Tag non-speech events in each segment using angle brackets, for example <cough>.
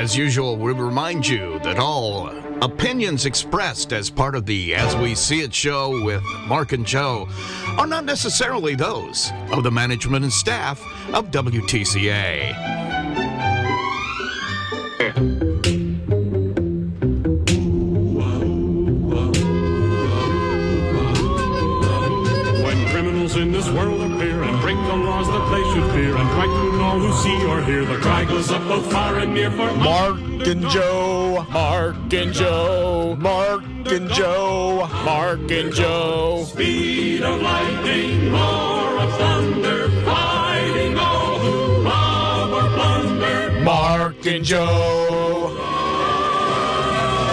As usual, we remind you that all opinions expressed as part of the As We See It show with Mark and Joe are not necessarily those of the management and staff of WTCA. When criminals in this world appear and break the laws that they should fear and frighten all who see or hear, the cry goes up both far and near for Mark and Joe, Mark and Joe, Mark and Joe, Mark and Joe. Speed of lightning, roar of thunder, fighting all who rob or plunder. Mark and Joe.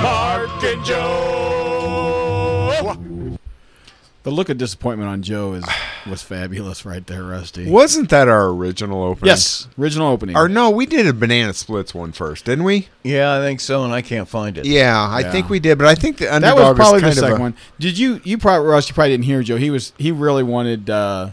Mark and Joe. The look of disappointment on Joe is <sighs> was fabulous right there, Rusty. Wasn't that our original opening? Yes, original opening. Or no, we did a banana splits one first, didn't we? Yeah, I think so, and I can't find it. Yeah, I think we did, but I think the that underdog was probably the kind of second a, one. Did you? You probably Russ. You probably didn't hear Joe. He was. He really wanted uh,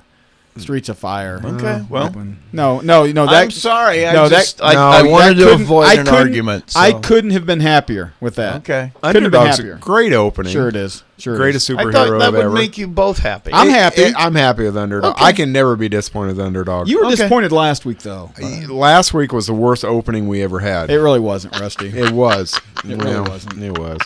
Streets of Fire. Uh, Okay, Eh, well, No, no, no. That, I'm sorry. I no, just that, I, no, I that wanted to couldn't- avoid I an couldn't- argument. so- I couldn't have been happier with that. Okay. couldn't have been Underdog's a happier. great opening. Sure it is. Sure. Greatest It is. I superhero thought that of would ever. make you both happy. I'm It- happy. it- I'm happy with underdog. Okay. I can never be disappointed with underdog. you were Okay. disappointed last week though. Last week was the worst opening we ever had. <laughs> It really wasn't, Rusty. It was. It really wasn't. It was.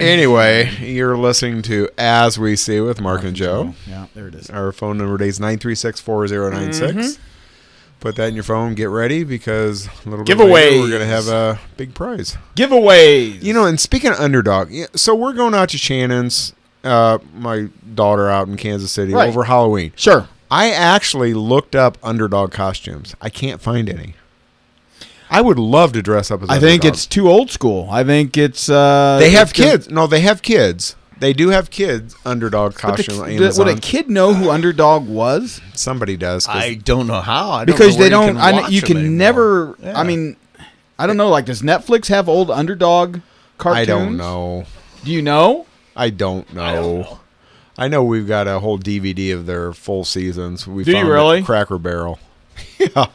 Anyway, you're listening to As We See with Mark, and Joe. yeah, there it is. Our phone number today is 936 4096. Put that in your phone. Get ready because a little bit later Giveaways. we're going to have a big prize. Giveaways. You know, and speaking of underdog, yeah, so we're going out to Shannon's, uh, my daughter out in Kansas City Right. over Halloween. Sure. I actually looked up underdog costumes. I can't find any. I would love to dress up as I think underdog. it's too old school. I think it's uh They have it's gonna- kids. No, they have kids. They do have kids. Underdog But the costume. on ki- the- Amazon. would a kid know who Underdog was? Somebody does. 'cause- I don't know how. I don't Because know where they don't. You can, I kn- watch you them can anymore. never. Yeah. I mean, I don't know. Like, does Netflix have old Underdog cartoons? I don't know. Do <laughs> you know? I don't know. I know. we've got a whole DVD of their full seasons. We Do you found it at really? Cracker Barrel.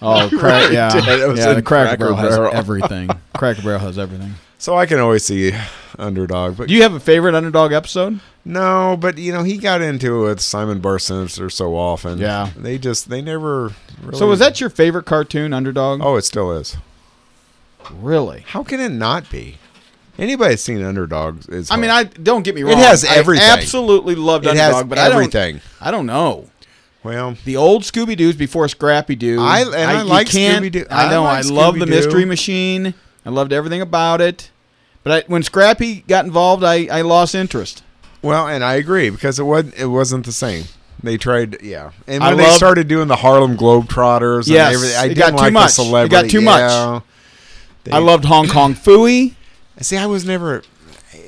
Oh, crack, yeah, did. It was yeah. in The Cracker, Cracker Barrel has Barrel. <laughs> everything. Cracker Barrel has everything. So I can always see underdog, but Do you have a favorite Underdog episode? no. But you know, he got into it with Simon Bar Sinister so often. Yeah. they just they never. Really, So, was that your favorite cartoon, Underdog? Oh, it still is. really? How can it not be? Anybody that's seen underdog is. I mean, I don't get me wrong. has I everything. absolutely loved It has Underdog, but everything. I don't. I don't know. well. The old Scooby Doo's before Scrappy Doo. I- and I like Scooby-Doo. I I know. I, like love the Scooby-Doo. Mystery Machine. I loved everything about it. But I, when Scrappy got involved, I, I lost interest. Well, and I agree because it wasn't it wasn't the same. They tried, yeah, and I when they loved- started doing the Harlem Globetrotters, Yes, and everything, I it didn't got too like much. It the celebrity. got too much. yeah. They- I loved <laughs> Hong Kong Fooey. See, I was never.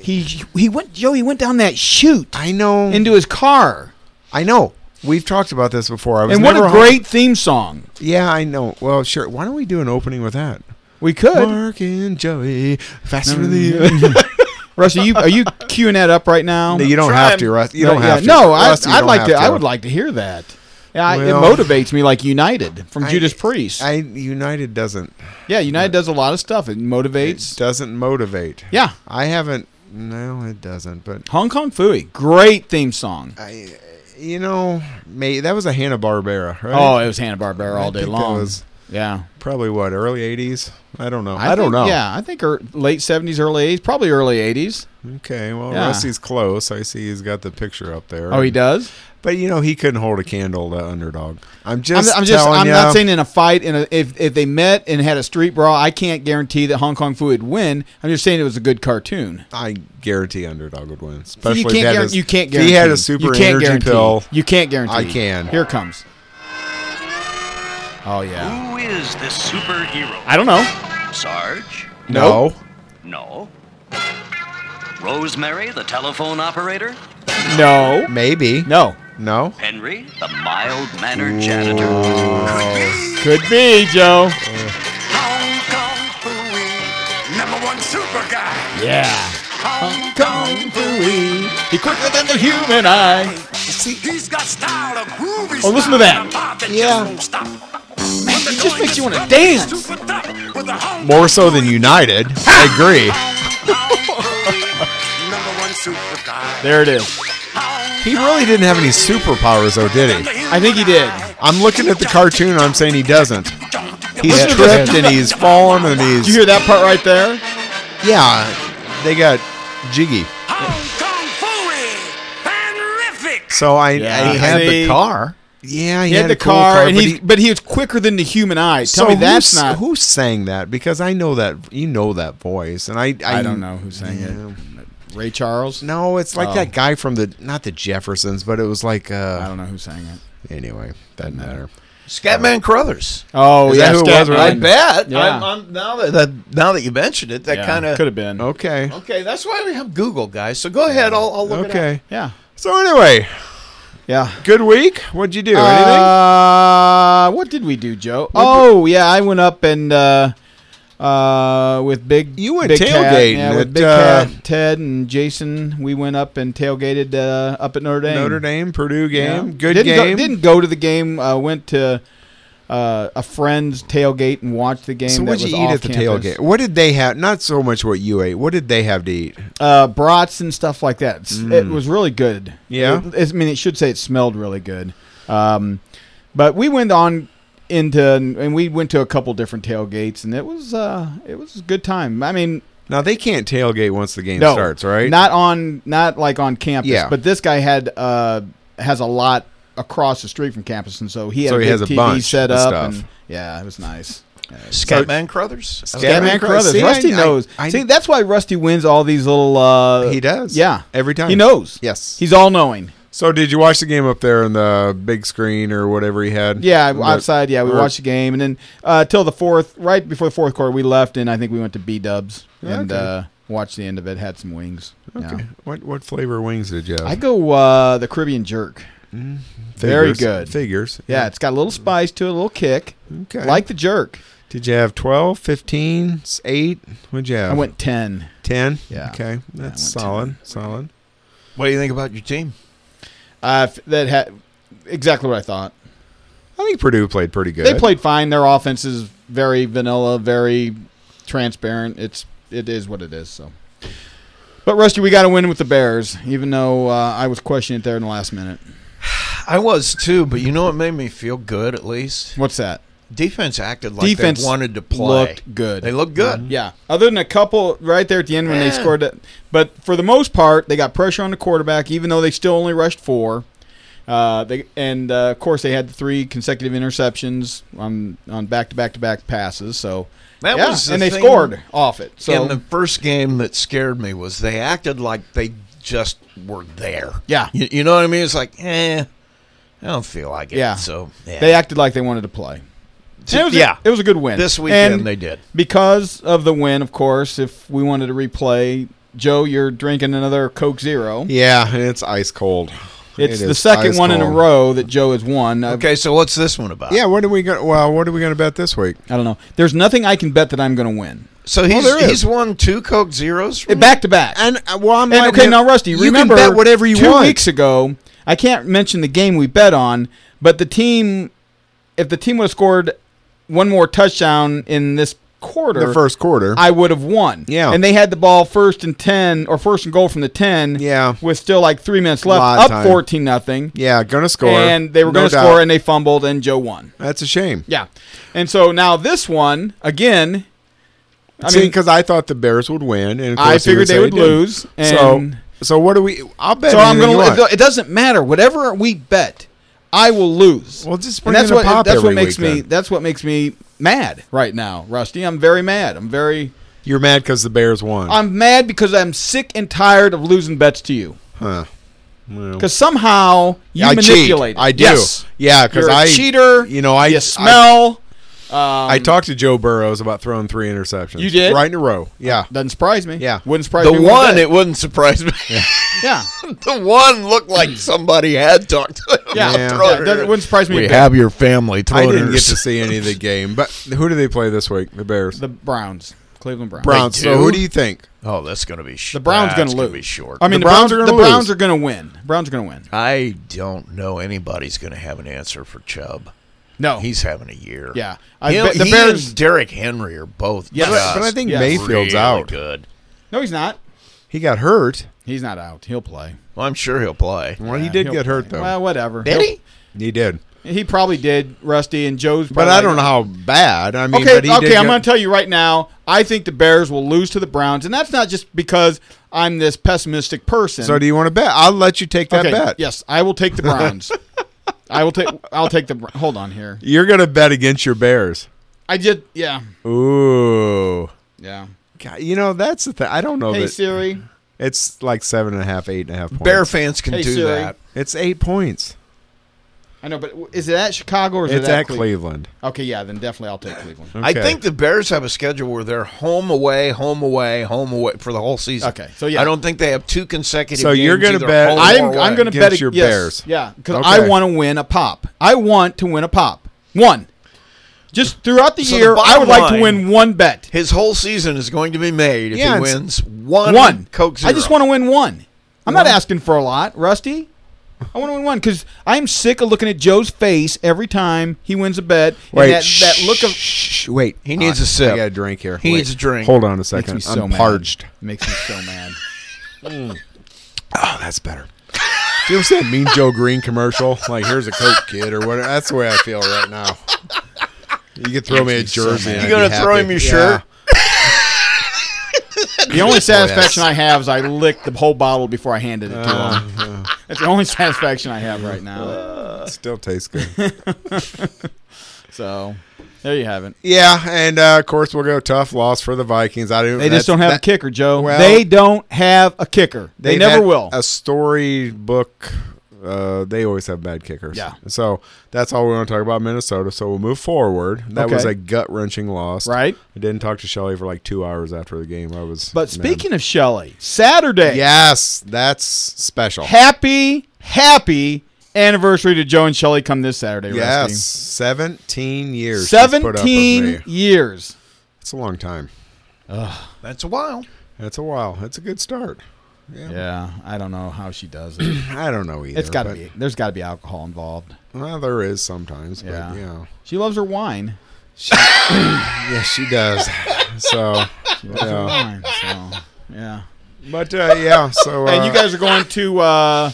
He he went Joe. He went down that chute I know. into his car, I know. We've talked about this before. I was and what never a hung- great theme song. yeah, I know. Well, sure. Why don't we do an opening with that? We could. Mark and Joey, faster than you. Russ, are you <laughs> are you queuing that up right now? Mm-hmm. No, you don't have to, Russ. You No, don't yeah, have to. No, I, Russ, you I'd don't like have to, I would like to hear that. Yeah, I- Well- it motivates me like United from I- Judas Priest. I United doesn't yeah, United does a lot of stuff. It it motivates. doesn't motivate. yeah, I haven't. No, it doesn't. But Hong Kong Fooey, great theme song. you know, may, that was a Hanna Barbera, right? Oh, it was Hanna Barbera all I day think that long. was- yeah, probably what early '80s. I don't know. I, don't think- know. Yeah, I think er, late seventies, early eighties, probably early eighties. Okay. Well, Yeah. Rusty's close. I see he's got the picture up there. Oh, he does. But you know, he couldn't hold a candle to underdog. I'm I'm, just. I'm just. telling I'm ya. not saying in a fight. In a, if if they met and had a street brawl, I can't guarantee that Hong Kong Fooey would win. I'm just saying it was a good cartoon. I guarantee underdog would win. So Especially you if he can't had guarantee. his- you can't if guarantee. He had a super you can't energy guarantee. pill. You can't guarantee. I can. Here it comes. Oh yeah. Who is the superhero? I don't know. Sarge? no. No. Rosemary, the telephone operator? No. Maybe. No. No. Henry, the mild-mannered janitor? Could be Could be Joe. Hong Kong Phooey, number one super guy. Yeah. Hong Kong Fooey. He quicker than the human eye. He's got style, a groovy Oh, listen to that. style, and a pop that Yeah. just won't stop. it just makes you wanna dance. Super top, with with the Hong <laughs> More Kong so than Fooey. United. I agree. Hong Kong Fooey, number one super guy. There it is. Hong He really didn't have any superpowers, though, did he? I think he did. I'm looking at the cartoon. I'm saying he doesn't. Kong Fooey. He's to tripped and he's fallen and Did you hear he's that part right there? yeah. They got jiggy. Hong Kong Fooey. Panrific. So I Yeah. I He had See? the car. Yeah, he, He had, the a cool car, and but he, but he was quicker than the human eye. Tell me who that's s- not. who sang that because I know that you know that voice, and I I, I don't know who sang it. Ray Charles. No, it's like Oh. that guy from the not the Jeffersons, but it was like uh, I don't know who sang it. anyway. Doesn't matter. Scatman Crothers. Oh, Is yeah, that who it was, Scatman. right? I bet. Yeah. I'm, I'm, now that, that now that you mentioned it, that kind could of have been. Okay, okay. That's why we have Google, guys. So go ahead. I'll, I'll look it up. okay. Yeah, So anyway, yeah. good week. What'd you do? Anything? Uh, what did we do, Joe? oh, yeah, I went up and uh, uh, with big You went big Cat, tailgating yeah, at, with big uh, Cat, Ted, and Jason. We went up and tailgated uh, up at Notre Dame. Notre Dame, Purdue game. Yeah. Good didn't game. Go, didn't go to the game. Uh, went to uh, a friend's tailgate and watched the game. so that what'd was you eat off at the campus. tailgate? What did they have? Not so much what you ate. What did they have to eat? Uh, brats and stuff like that. S- It was really good. Mm. Yeah? It- it's- I mean, it should say it smelled really good. Um, but we went on into and we went to a couple different tailgates, and it was uh, it was a good time. I mean, Now they can't tailgate once the game no, starts, right? Not on, not like on campus. Yeah. But this guy had uh has a lot across the street from campus, and so he had So a he big has a TV bunch set of up, stuff. and yeah, it was nice. Scatman Crothers. Scatman Crothers, See, I- Rusty I- knows. I- See, that's why Rusty wins all these little. uh He does. Yeah, Every time. he knows. Yes. he's all knowing. So did you watch the game up there on the big screen or whatever he had? Yeah, But- outside. Yeah, we or- watched the game, and then uh, till the fourth, right before the fourth quarter, we left, and I think we went to B Dubs and Okay. uh, watched the end of it. Had some wings. Yeah. What what flavor wings did you have? I go uh, the Caribbean jerk. very good. Mm-hmm. Figures. Yeah, it's got a little spice to it, a little kick, Okay. like the jerk. Did you have 12, 15, s- 8? What'd you have? I went ten. 10? Yeah. Okay. That's went solid. Solid. What do you think about your team? Uh, f- that had exactly what I thought. I think Purdue played pretty good. They played fine. Their offense is very vanilla, very transparent. It's it is what it is. So, but Rusty, we got to win with the Bears, even though uh, I was questioning it there in the last minute. I was too, but you know what made me feel good at least? What's that? Defense acted like Defense they wanted to play. looked good. Mm-hmm. They looked good. Yeah. Other than a couple right there at the end when they Yeah. scored it. But for the most part, they got pressure on the quarterback, even though they still only rushed four. Uh, they and uh, of course they had the three consecutive interceptions on on back to back to back passes. So That yeah, was the and they thing scored off it. So In the first game that scared me was they acted like they just were there. Yeah. You, you know what I mean? It's like, eh, I don't feel like it. Yeah. So yeah. they acted like they wanted to play. And it was yeah. a, it was a good win this weekend And they did. because of the win. Of course, if we wanted to replay, Joe, you're drinking another Coke Zero. Yeah, and it's ice cold. It's It the is second ice one in a cold. row that Joe has won. Uh, Okay, so what's this one about? Yeah, what are we gonna well, what are we gonna bet this week? I don't know. There's nothing I can bet that I'm going to win. So he's there is. he's won two Coke Zeros from Back to back. And, And uh, well I'm letting okay, you- now Rusty, you remember can bet whatever you two want. weeks ago, I can't mention the game we bet on, but the team, if the team would have scored one more touchdown in this quarter, the first quarter. Er, I would have won. Yeah. and they had the ball first and ten or first and goal from the ten. Yeah. with still like three minutes left, Lot of up time. fourteen nothing. yeah, gonna score. And they were No going to doubt. score, and they fumbled, and Joe won. That's a shame. Yeah, and so now this one again. I See, because I thought the Bears would win, and of I course he figured would say they would didn't. lose, and- so, so what do we? I'll bet. So I'm anything going you to. want. It doesn't matter. Whatever we bet, I will lose. Well, just And bring that's in a what pop that's what every makes week, me. then. That's what makes me mad right now, Rusty. I'm very mad. I'm very. You're mad because the Bears won. I'm mad because I'm sick and tired of losing bets to you. huh? Well, Because somehow you I manipulate. cheat. I do. Yes. Yeah, because You're a I cheater. You know, I You smell. I, I talked to Joe Burrows about throwing three interceptions. You did? right in a row. Yeah. Doesn't surprise me. Yeah. Wouldn't surprise the me. one one. It wouldn't surprise me. Yeah. <laughs> the one looked like somebody had talked to him. <laughs> Yeah. about Yeah. throwing Yeah, it doesn't- wouldn't surprise me We a bit. have your family. I Throwing didn't get to interceptions. see any of the game, but who do they play this week? The Bears. The Browns. Cleveland Browns. Browns. They So do? who do you think? Oh, that's going to be sh- The Browns that's going to lose. Be short. I mean, The the, Browns Browns, are gonna the Browns lose. are going to win. Browns are going to win. I don't know anybody's going to have an answer for Chubb. No. He's having a year. Yeah. I I bet the the he Bears- and Derrick Henry are both. Yes. But I- but I just think Yes. Mayfield's really out. Good. No, he's not. He got hurt. He's not out. He'll play. Well, I'm sure he'll play. Well, he Yeah, did he'll get hurt play. though. Well, whatever. Did he? he did, he? He probably did, Rusty and Joe's. but probably I don't know how bad. I mean, okay, but he okay, did I'm get- going to tell you right now. I think the Bears will lose to the Browns, and that's not just because I'm this pessimistic person. So do you want to bet? I'll let you take that okay, bet. Yes, I will take the Browns. <laughs> I will take. I'll take the. Br- Hold on here. You're gonna bet against your Bears. I did. Yeah. Ooh. Yeah. God, you know that's the thing. I don't know Hey that Siri. it's like seven and a half, eight and a half points. Bear fans can Hey, do Siri. that. It's eight points. I know, but w- is it at Chicago or is It's it at, at Cleveland. Cle- Okay, yeah, then definitely I'll take Cleveland. Okay. I think the Bears have a schedule where they're home away, home away, home away for the whole season. Okay, so yeah. I don't think they have two consecutive. So you're going gonna to bet- I'm I'm going to bet Against your yes, Bears. Yeah, because Okay. I want to win a pop. I want to win a pop. One. Just throughout the So the year, I bottom would like to line- win one bet. His whole season is going to be made if Yeah, he it's- wins one, one. Coke Zero. I just want to win one. I'm not asking for a lot, Rusty. I want to win one because I'm sick of looking at Joe's face every time he wins a bet. Wait, and that, that look of shh, wait. He needs I- a sip. I got a drink here. He needs a drink. Hold on a makes me second. so I'm mad. parched. Makes me so mad. Oh, that's better. Do you ever see that Mean Joe Green commercial? Like, here's a Coke kid or whatever. That's the way I feel right now. You could throw me a jersey. You gonna throw him your shirt? The only satisfaction I have is I licked the whole bottle before I handed it to him. <laughs> That's the only satisfaction I have right now. Still tastes good. <laughs> So there you have it. yeah, and uh, of course we'll go tough loss for the Vikings. I do. They just don't have a kicker, Joe. well- they don't have a kicker. They never will. A storybook. Uh, they always have bad kickers. Yeah. So that's all we want to talk about Minnesota. So we'll move forward. That was Okay. a gut wrenching loss. Right. I didn't talk to Shelly for like two hours after the game. I was. but mad. speaking of Shelley, Saturday. Yes, that's special. happy, happy anniversary to Joe and Shelley come this Saturday. Yes, Rusty. seventeen years. she's put up with me. 17 years. It's a long time. That's a while. That's a while. That's a good start. Yeah, I don't know how she does it. I don't know either. It's got to but- be. There's got to be alcohol involved. Well, there is sometimes. But Yeah. yeah. Yeah, She loves her wine. she <laughs> does. so. Yeah. Wine, so, yeah. But uh, yeah, <laughs> so uh, And you guys are going to uh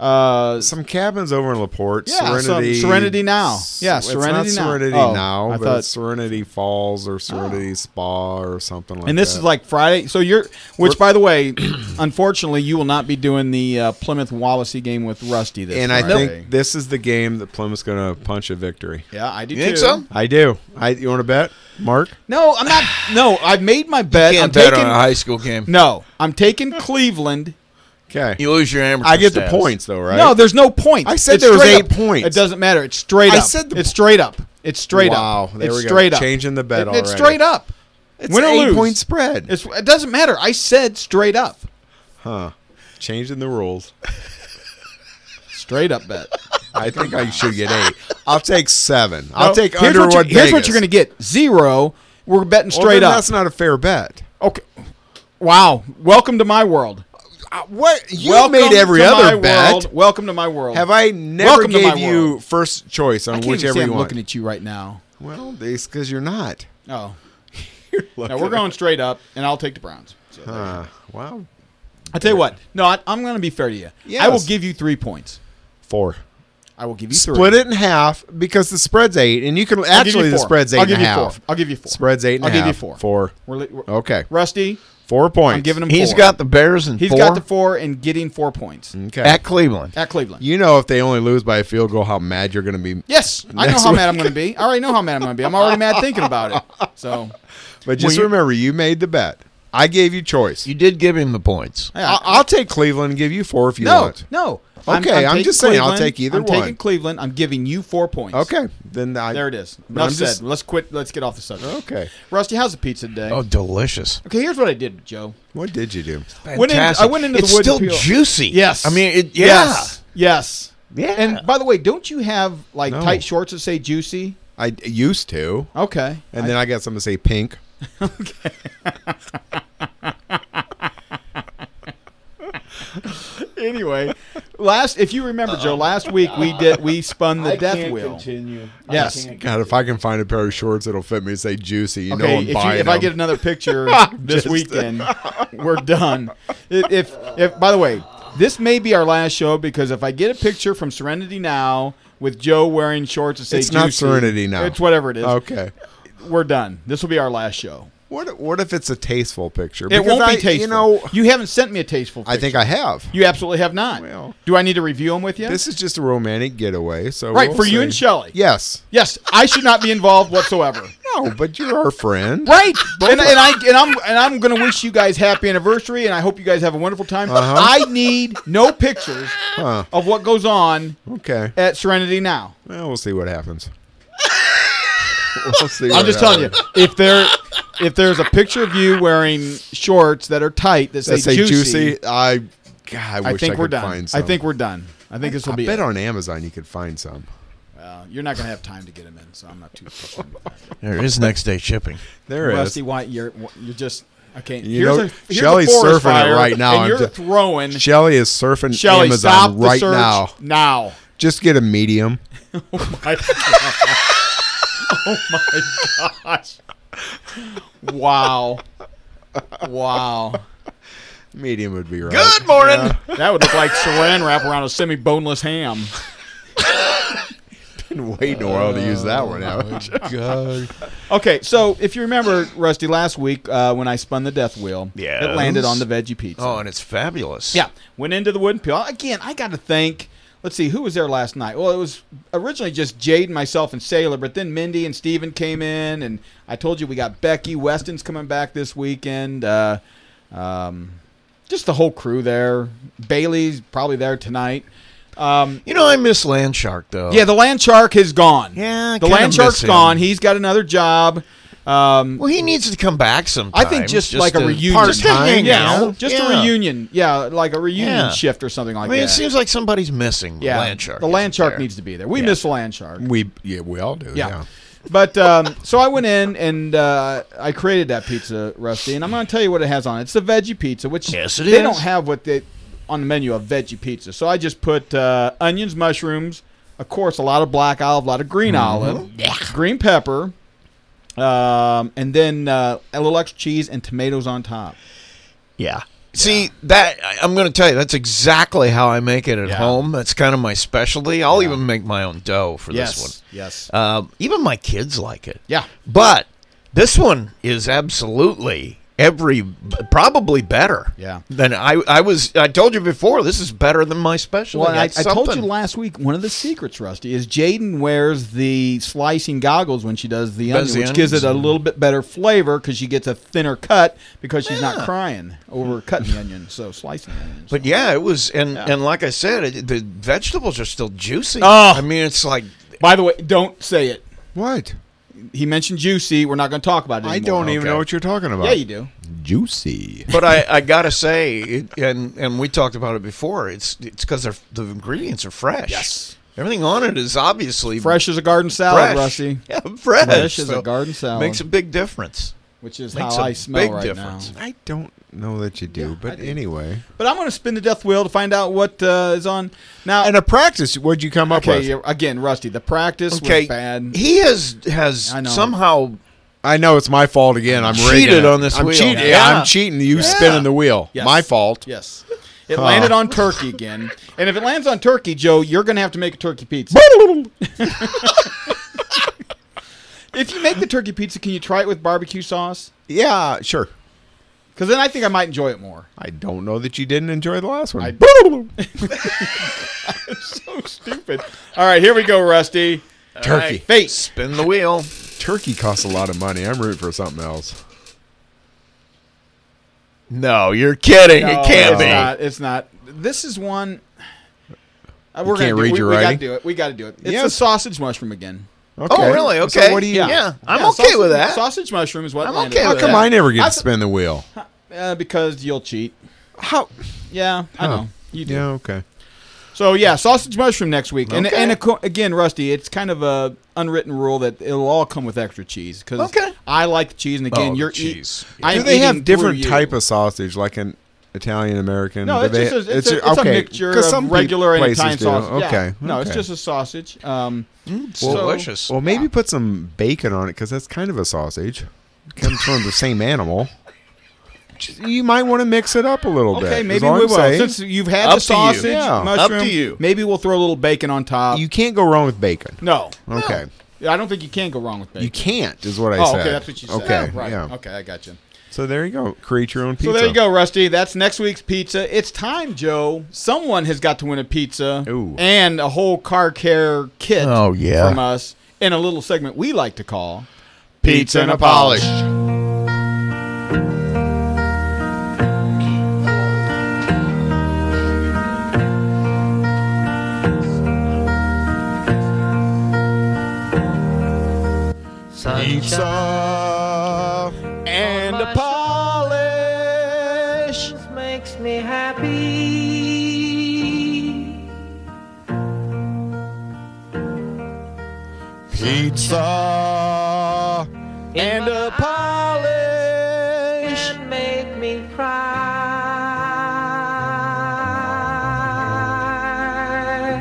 uh some cabins over in Laporte. Yeah, some- Serenity. Serenity Now. Yeah, S- Serenity it's Now. not Serenity Oh, now, I but thought- Oh. it's Serenity Falls or Serenity Spa or something like that. and this is like Friday. So you're which by the way, <clears throat> unfortunately you will not be doing the uh, Plymouth Wallasey game with Rusty this and I Friday. think this is the game that Plymouth's going to punch a victory. yeah, I do You too. think so? I do. I you want to bet, Mark? No, I'm not no, I've made my bet. I'm Can't bet taking on a high school game. No, I'm taking Cleveland. Okay. You lose your amateur. I get the status. points though, right? No, there's no point. I said there was straight eight up. points. It doesn't matter. It's straight I up. said the it's straight up. It's straight Wow, up. there it's we go. straight up. Changing the bet It- already. It's straight up. it's win or an eight lose. point spread. It's, it doesn't matter. I said straight up. Changing the rules. Straight up <laughs> bet. I think I should get eight. I'll take seven. I'll No, take here's under what you- what Here's what Vegas. you're going to get. Zero. We're betting Well, straight then up. That's not a fair bet. okay. Wow. Welcome to my world. What you Welcome made every to other my bet. World. Welcome to my world. Have I never Oh. Welcome to my gave you world. first choice on I can't even whichever see I'm you want? looking at you right now. well, it's because you're not. <laughs> Oh. no, we're going straight up, and I'll take the Browns. So there you go. Uh, wow, I tell you what. No, I, I'm going to be fair to you. I Yes. will give you three points. four. I will give you three. Split it in half because the spread's eight, and you can I'll give you actually the four. spread's eight I'll give and a you half. Four. I'll give you four. Spread's eight and I'll a half. give you four. Four. We're li- we're- Okay, Rusty, four points. I'm giving him. He's four. got the Bears and He's four got the four and getting four points Okay. at Cleveland. at Cleveland. you know, if they only lose by a field goal, how mad you're going to be. yes, I know Next how week. mad I'm going to be. I already know how mad I'm going to be. I'm already mad thinking about it. So, But just Well, you- remember, you made the bet. I gave you choice. You did give him the points. yeah. I- I'll take Cleveland and give you four if you no, want. no. Okay, I'm taking just saying, I'll Cleveland. take either I'm one. taking Cleveland. I'm giving you four points. Okay, then I, there it is. I'm Enough said. just- Let's quit. Let's get off the subject. Okay. Rusty, how's the pizza today? Oh, delicious. Okay, here's what I did, Joe. What did you do? Went in- Fantastic. I went into the it's wood still peel- juicy. Yes. I mean, it, yeah. Yes. Yes. Yeah. And by the way, don't you have like No. tight shorts that say juicy? I d- used to, Okay. and then I got something to say pink. anyway, last, if you remember, Joe, last week we did we spun the I death can't wheel. continue. Yes. I can't God, if I can find a pair of shorts that'll fit me, say juicy, you know Okay, I'm if, you, buying if I them. get <laughs> another picture this weekend, we're done. If, if if by the way, this may be our last show because if I get a picture from Serenity now with Joe wearing shorts to say It's not juicy, Serenity now. it's whatever it is. Okay. we're done. This will be our last show. What what if it's a tasteful picture? It Because won't be I- tasteful. You know, you haven't sent me a tasteful. Picture. I think I have. you absolutely have not. Well. Do I need to review them with you? This is just a romantic getaway, so right we'll for you see. and Shelley. Yes. Yes, I should not be involved whatsoever. No, but you're our <laughs> friend. Right. And, and I and I'm and I'm going to wish you guys happy anniversary, and I hope you guys have a wonderful time. I need no pictures Uh-huh. Huh. of what goes on Okay. at Serenity now. Well, we'll see what <laughs> happens. We'll see I'm what just telling you, happens. if there if there's a picture of you wearing shorts that are tight that say, They say juicy, juicy. I God, I, I wish think I we're could done. Find I some. think we're done. I think this will I be. bet it. on Amazon you could find some. Uh, you're not going to have time to get them in, so I'm not too. concerned about that. There is next day shipping. <laughs> There is. Rusty White, you're you're just. I can't. You know, here's a, here's Shelley's a forest surfing it fire, right now. And I'm you're just- throwing. Shelly is surfing Shelly, stop Amazon the right search now. Now. Just get a medium. My God. oh my gosh. Wow. Wow. Medium would be right. <laughs> Good morning. That would look like saran wrap around a semi boneless ham. Been waiting a while to use that one, Uh, haven't you? <laughs> Okay, so if you remember, Rusty, last week uh, when I spun the death wheel, it landed Yes. on the veggie pizza. Oh, and it's fabulous. Yeah, went into the wooden peel. Again, I got to thank. Let's see, who was there last night? Well, it was originally just Jade and myself and Sailor, but then Mindy and Steven came in, and I told you we got Becky Weston's coming back this weekend. Uh, um, just the whole crew there. Bailey's probably there tonight. Um, You know, I miss Land Shark though. yeah, the land shark is gone. Yeah, I the kinda land miss shark's him. gone. He's got another job. Um, Well, he needs to come back I sometime. think just, like a to- reunion, Just to hang out. just Yeah. a reunion, yeah, like a reunion Yeah. shift or something like I mean, that. it seems like somebody's missing. with Yeah, Land Shark. The isn't land shark there? Mm-hmm. needs to be there. We miss the land shark. We yeah, we all do. Yeah. Yeah. But um, so I went in and uh, I created that pizza, Rusty, and I'm going to tell you what it has on it. It's a veggie pizza, which Yes, it they is. don't have what they on the menu a veggie pizza. So I just put uh, onions, mushrooms, of course, a lot of black olive, a lot of green Mm-hmm. olive, green pepper, um, and then uh, a little extra cheese and tomatoes on top. Yeah. See that I- I'm going to tell you that's exactly how I make it at Yeah. home. That's kind of my specialty. I'll even make my own dough for Yes, this one. yes. Um, even my kids like it. Yeah. But this one is absolutely every probably better. Yeah. Than I I was I told you before this is better than my specialty. Well, and I, I It's told you something. last week one of the secrets, Rusty, is Jaden wears the slicing goggles when she does the onion, Does the which gives it a onions? little bit better flavor because she gets a thinner cut because she's not crying over cutting the onion, so slicing the onions. But yeah, it was, and and like I said, it, the vegetables are still juicy. Oh. I mean, it's like by the way, don't say it. What? He mentioned juicy. We're not going to talk about it. I anymore. don't even know what you're talking about. Yeah, you do. Juicy. but I, I gotta say, it, and and we talked about it before. It's it's because the ingredients are fresh. Yes. everything on it is obviously Fresh as a garden salad, Fresh, Rusty. <laughs> Yeah, fresh. Fresh as a garden salad. Makes a big difference. Which is Makes how a I smell big right difference. now. I don't know that you do, but anyway. But I'm going to spin the death wheel to find out what uh, is on now. And a practice, what'd you come up okay, with? you're- again, Rusty, the practice Okay, was bad. he has has I know. somehow I know it's my fault again. I'm Cheated rigging it. on this I'm wheel. Cheating. Yeah. I'm cheating. You spinning the wheel. Yes. My fault. Yes. It landed on turkey again. And if it lands on turkey, Joe, you're going to have to make a turkey <laughs> pizza. if you make the turkey pizza, can you try it with barbecue sauce? Yeah, sure. Because then I think I might enjoy it more. I don't know that you didn't enjoy the last one. <laughs> Stupid. All right, here we go, Rusty. turkey. Face. spin the wheel. Turkey costs a lot of money. I'm rooting for something else. No, you're kidding. No, it can't it's be. Not, it's not. This is one. Uh, we're can't gonna do, read we, your we gotta writing? do it. We gotta do it. It's Yeah. the sausage mushroom again. Okay. Oh, really? So Okay. what do you? Yeah, I'm Yeah, okay sausage- with that. Sausage mushroom is what I'm landed okay on How with it. come that. I never get I to th- spin the wheel? Uh, because you'll cheat. How? Yeah, I know. You do. Yeah. Okay. So yeah, sausage mushroom next week, and Okay. and aco- again, Rusty, it's kind of a unwritten rule that it'll all come with extra cheese because Okay. I like the cheese, and again, Oh, the you're cheese. Eat, I Do am they eating have different through you. type of sausage, like an Italian American? No, Do it's they- just a, it's, a, it's a okay, mixture 'cause of some pe- regular and places Italian do. sausage. Yeah. Okay, No, it's okay. just a sausage. Um, Well, delicious. Well, maybe put some bacon on it because that's kind of a sausage. Comes from the same animal. Just- You might want to mix it up a little bit. okay, is maybe all we I'm will. saying. Since you've had Up the to you. sausage, Yeah. Up mushroom, to you. maybe we'll throw a little bacon on top. you can't go wrong with bacon. no. Okay. I don't think you can go wrong with bacon. You can't is what I oh, said. okay, that's what you said. Okay, Oh, right. yeah. Okay, I got you. So there you go. Create your own pizza. So there you go, Rusty. That's next week's pizza. It's time, Joe. Someone has got to win a pizza Ooh. and a whole car care kit Oh, yeah. from us in a little segment we like to call Pizza and a Polish. and a polish. makes me happy. Pizza. And a polish. Can make me cry.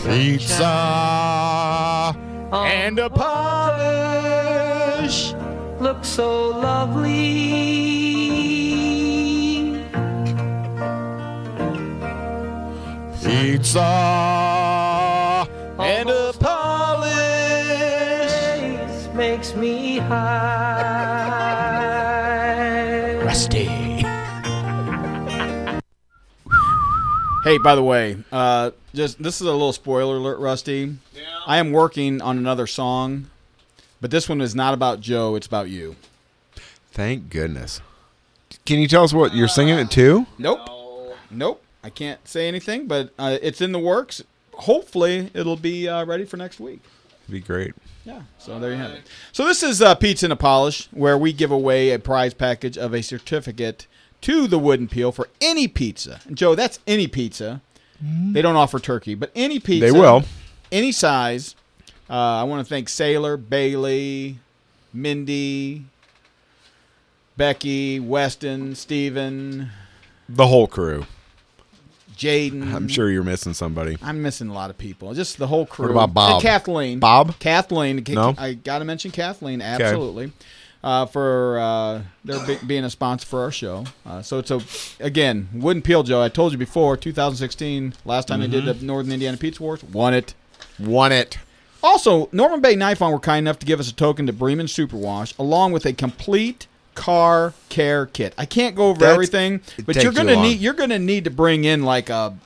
Pizza. And a polish. look so lovely. Pizza. And a polish makes me high. Hey, by the way, uh, just this is a little spoiler alert, Rusty. I am working on another song, but this one is not about Joe. It's about you. Thank goodness. Can you tell us what you're singing it to? Nope. Nope. I can't say anything, but uh, it's in the works. Hopefully, it'll be uh, ready for next week. It'd be great. Yeah. So there you have it. So this is uh, Pizza and a Polish, where we give away a prize package of a certificate to the Wooden Peel for any pizza. And Joe, that's any pizza. They don't offer turkey, but any pizza. Mm-hmm. They will. Any size. Uh, I want to thank Sailor, Bailey, Mindy, Becky, Weston, Steven, The whole crew. Jaden. I'm sure you're missing somebody. I'm missing a lot of people. Just the whole crew. about Bob? And Kathleen. Bob? Kathleen. Ca- No? I got to mention Kathleen. Absolutely. Uh, for uh, there be- being a sponsor for our show. Uh, so it's a, again, Wooden Peel Joe. I told you before, 2016, last time they did the Northern Indiana Pizza Wars, won it. Mm-hmm. Won it. Also, Norman Bay Knife On were kind enough to give us a token to Bremen Superwash, along with a complete car care kit. I can't go over That's- everything, it'd but take you're you gonna long. need you're gonna need to bring in like a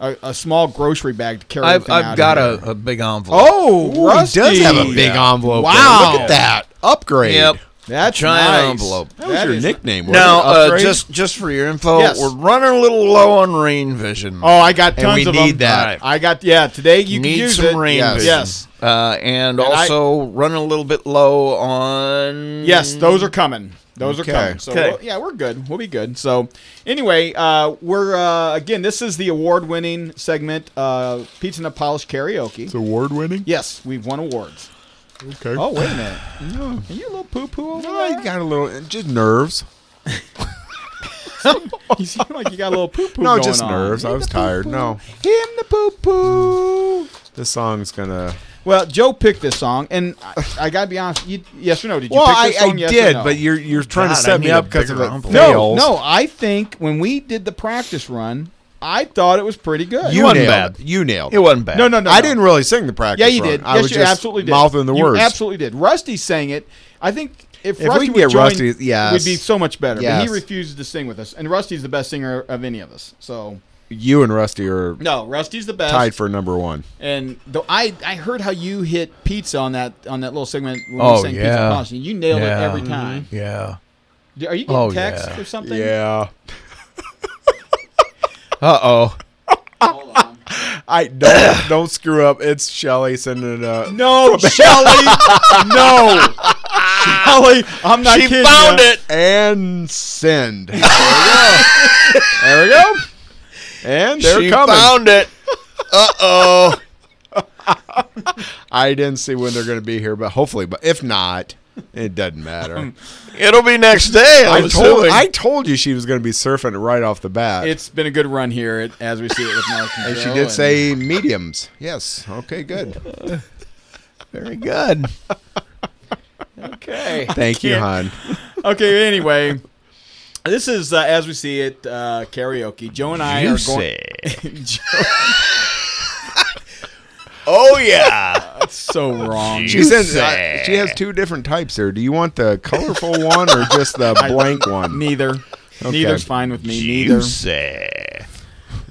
a, a small grocery bag to carry. I've, everything out I've of got here. a, a big envelope. oh, Ooh, Rusty. he does have a big envelope. Wow. Look at that. Upgrade. Yep. That's giant nice. envelope. That was your is- nickname. wasn't Now, it? uh, Upgrade? just just for your info, Yes. we're running a little low on rain vision. Oh, I got And tons we of need them. that. I got yeah. Today you need can use some it. rain yes. vision. yes, Uh, and, I- also running a little bit low on. Yes, those are coming. Those Okay. are coming. So Okay. we'll- yeah, we're good. We'll be good. So anyway, uh, we're uh, again. This is the award-winning segment, uh, Pizza Nut Polish Karaoke. it's award winning. yes, we've won awards. Okay. Oh wait a minute. Are you a little poo poo over I there? got a little just nerves. <laughs> you seem like you got a little poo poo. No, just nerves. I was tired. No, Him the poo poo. this song's gonna. Well, Joe picked this song, and I, I got to be honest. You, yes or no? Did you Well, pick I, this I song? yes or did, no? but you're you're trying God, to I set me need up a because of bigger the envelope. fails. No, no. I think when we did the practice run, I thought it was pretty good. you wasn't nailed. bad. it. You nailed. It wasn't bad. No, no, no. I no. didn't really sing the practice. Yeah, you run. did. I yes, was you just absolutely did. mouthing the You words. absolutely did. Rusty sang it. I think If if, we Rusty can would get join, Rusty- yes. would be so much better. But Yes. he refuses to sing with us, and Rusty's the best singer of any of us. So You and Rusty are no, Rusty's the best. tied for number one. And though I, I heard how you hit pizza on that on that little segment when we Oh, sang pizza yeah. polish, and you nailed Yeah. it every time. Yeah. Are you getting Oh, texts yeah. or something? Yeah. <laughs> Uh oh. <laughs> I don't don't screw up. It's Shelly sending <laughs> a <laughs> No, Shelly. no, Shelly. I'm not She kidding. found ya. it. and send. There we go. There we go. And they're she coming. found it. I didn't see when they're going to be here, but hopefully. But if not, It doesn't matter. It'll be next day. I, I was told hoping. I told you she was going to be surfing right off the bat. It's been a good run here at, as we see it with Mark and and she Joe, did say mediums. Yes. Okay. <laughs> Good. Very good. okay. Thank you, hon. okay, anyway, this is uh, as we see it uh, karaoke. Joe and I are going. Joe, Oh yeah. <laughs> that's so <laughs> wrong. She says uh, she has two different types there. Do you want the colorful one or just the blank one? Neither. Neither's fine with me. Neither. say.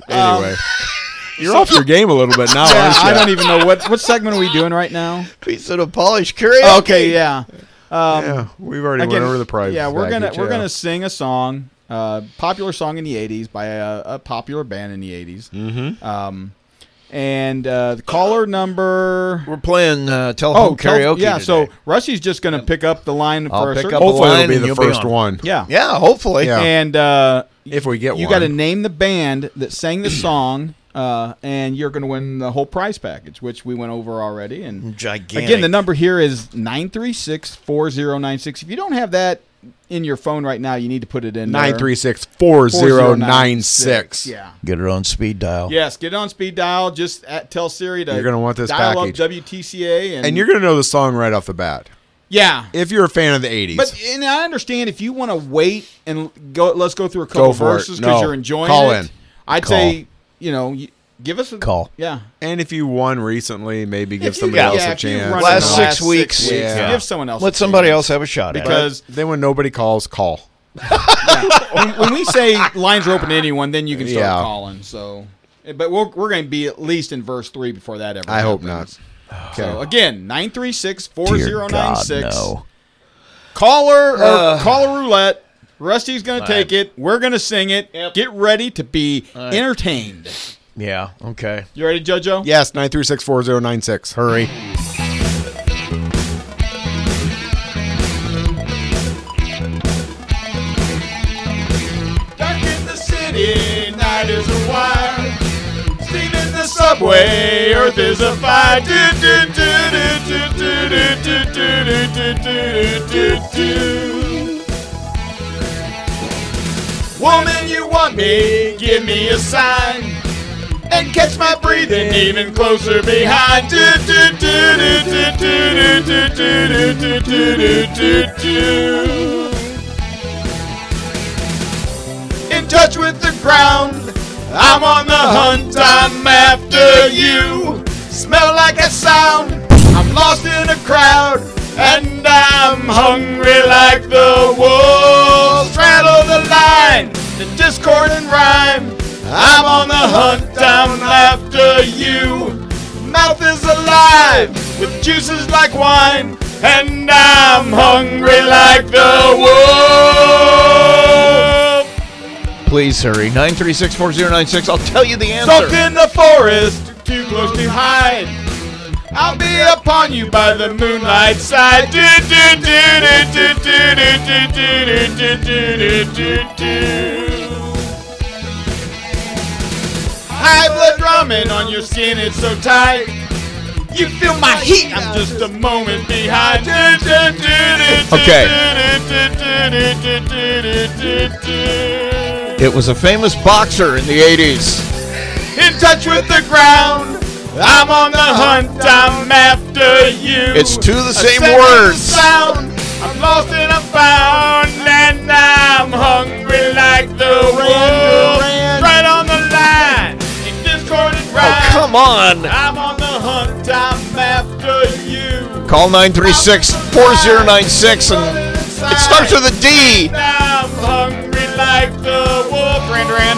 Anyway, you're off your game a little bit now, Yeah, aren't you? I don't even know what what segment are we doing <laughs> right now. Piece of the polished curry. Okay, yeah. yeah, we've already Again, went over the price. Yeah, we're gonna package, we're yeah. gonna sing a song, uh, popular song in the '80s by a, a popular band in the '80s. Mm-hmm. Um, and uh, the caller number. We're playing uh, Oh, telephone tell- karaoke. Yeah, so today. Rusty's just gonna pick up the line I'll for a pick certain- up Hopefully, line it'll be and the you'll be first on. one. Yeah. yeah, hopefully. Oh, Yeah. And uh, if we get you one, got to name the band that sang the song, uh, and you're going to win the whole prize package, which we went over already. And Gigantic. again, the number here is nine three six four zero nine six. If you don't have that in your phone right now, you need to put it in there. nine three six four zero nine six. Yeah. Get her on speed dial. Yes, get it on speed dial. Just at, tell Siri to You're gonna want this dial package. up WTCA, and, and you're gonna know the song right off the bat yeah. if you're a fan of the '80s. But and I understand if you want to wait and go, let's go through a couple Go for it. verses because No. you're enjoying Call it. in. I'd Call. say you know you, give us a Call. Yeah, and if you won recently, maybe give If you- somebody yeah, else a if you chance. run Last in the six weeks. Yeah. Give someone else. Let a somebody chance. else have a shot at it. Because- But then when nobody calls, call. when, when we say lines are open to anyone, then you can start Yeah. calling. So, Eh, but we're, we're going to be at least in verse three before that ever. I hope happens. not. Okay. So again, nine three six four Dear zero nine God, six. no. Caller or caller roulette. Rusty's going to take I- it. We're going to sing it. Get ready to be entertained. Yeah. Okay. You ready, JoJo? yes, nine three six four zero nine six. Hurry. Dark in the city, night is a wire. Steam in the subway, earth is a fire. Do, do, do, do, do, do, do, do, do, do, do, do, do, do. Woman, you want me? Give me a sign. And catch my breathing even closer behind. Do, do, do, do, do, do, do, do, do, do, do, do, do, do in touch with the ground. I'm on the hunt, I'm after you. Smell like a sound, I'm lost in a crowd, and I'm hungry like the wolves. Straddle the line, the discord and rhyme. I'm on the hunt, I'm after you. Mouth is alive with juices like wine, and I'm hungry like the wolf. Please hurry. Nine three six four zero nine six. I'll tell you the answer. Stuck in the forest, too close to hide. I'll be upon you by the moonlight side. Do, do, do, do, do, do, do, do, do, do, do, do, do, do. High blood drumming on your skin, it's so tight. You feel my heat, I'm just a moment behind. Do, do, do, do, do, Okay. do, do, do, do, do, do, do. It was a famous boxer in the 80s. in touch with the ground. I'm on the hunt, I'm after you. It's two of the A same second words. Sound. I'm lost and I'm found, and I'm hungry like the wolf. Right on the line, in discord and Oh, rhyme. come on. I'm on the hunt, I'm after you. Call 936 4096 and it starts with a E. D. I'm hungry like the wolf. Ran, ran.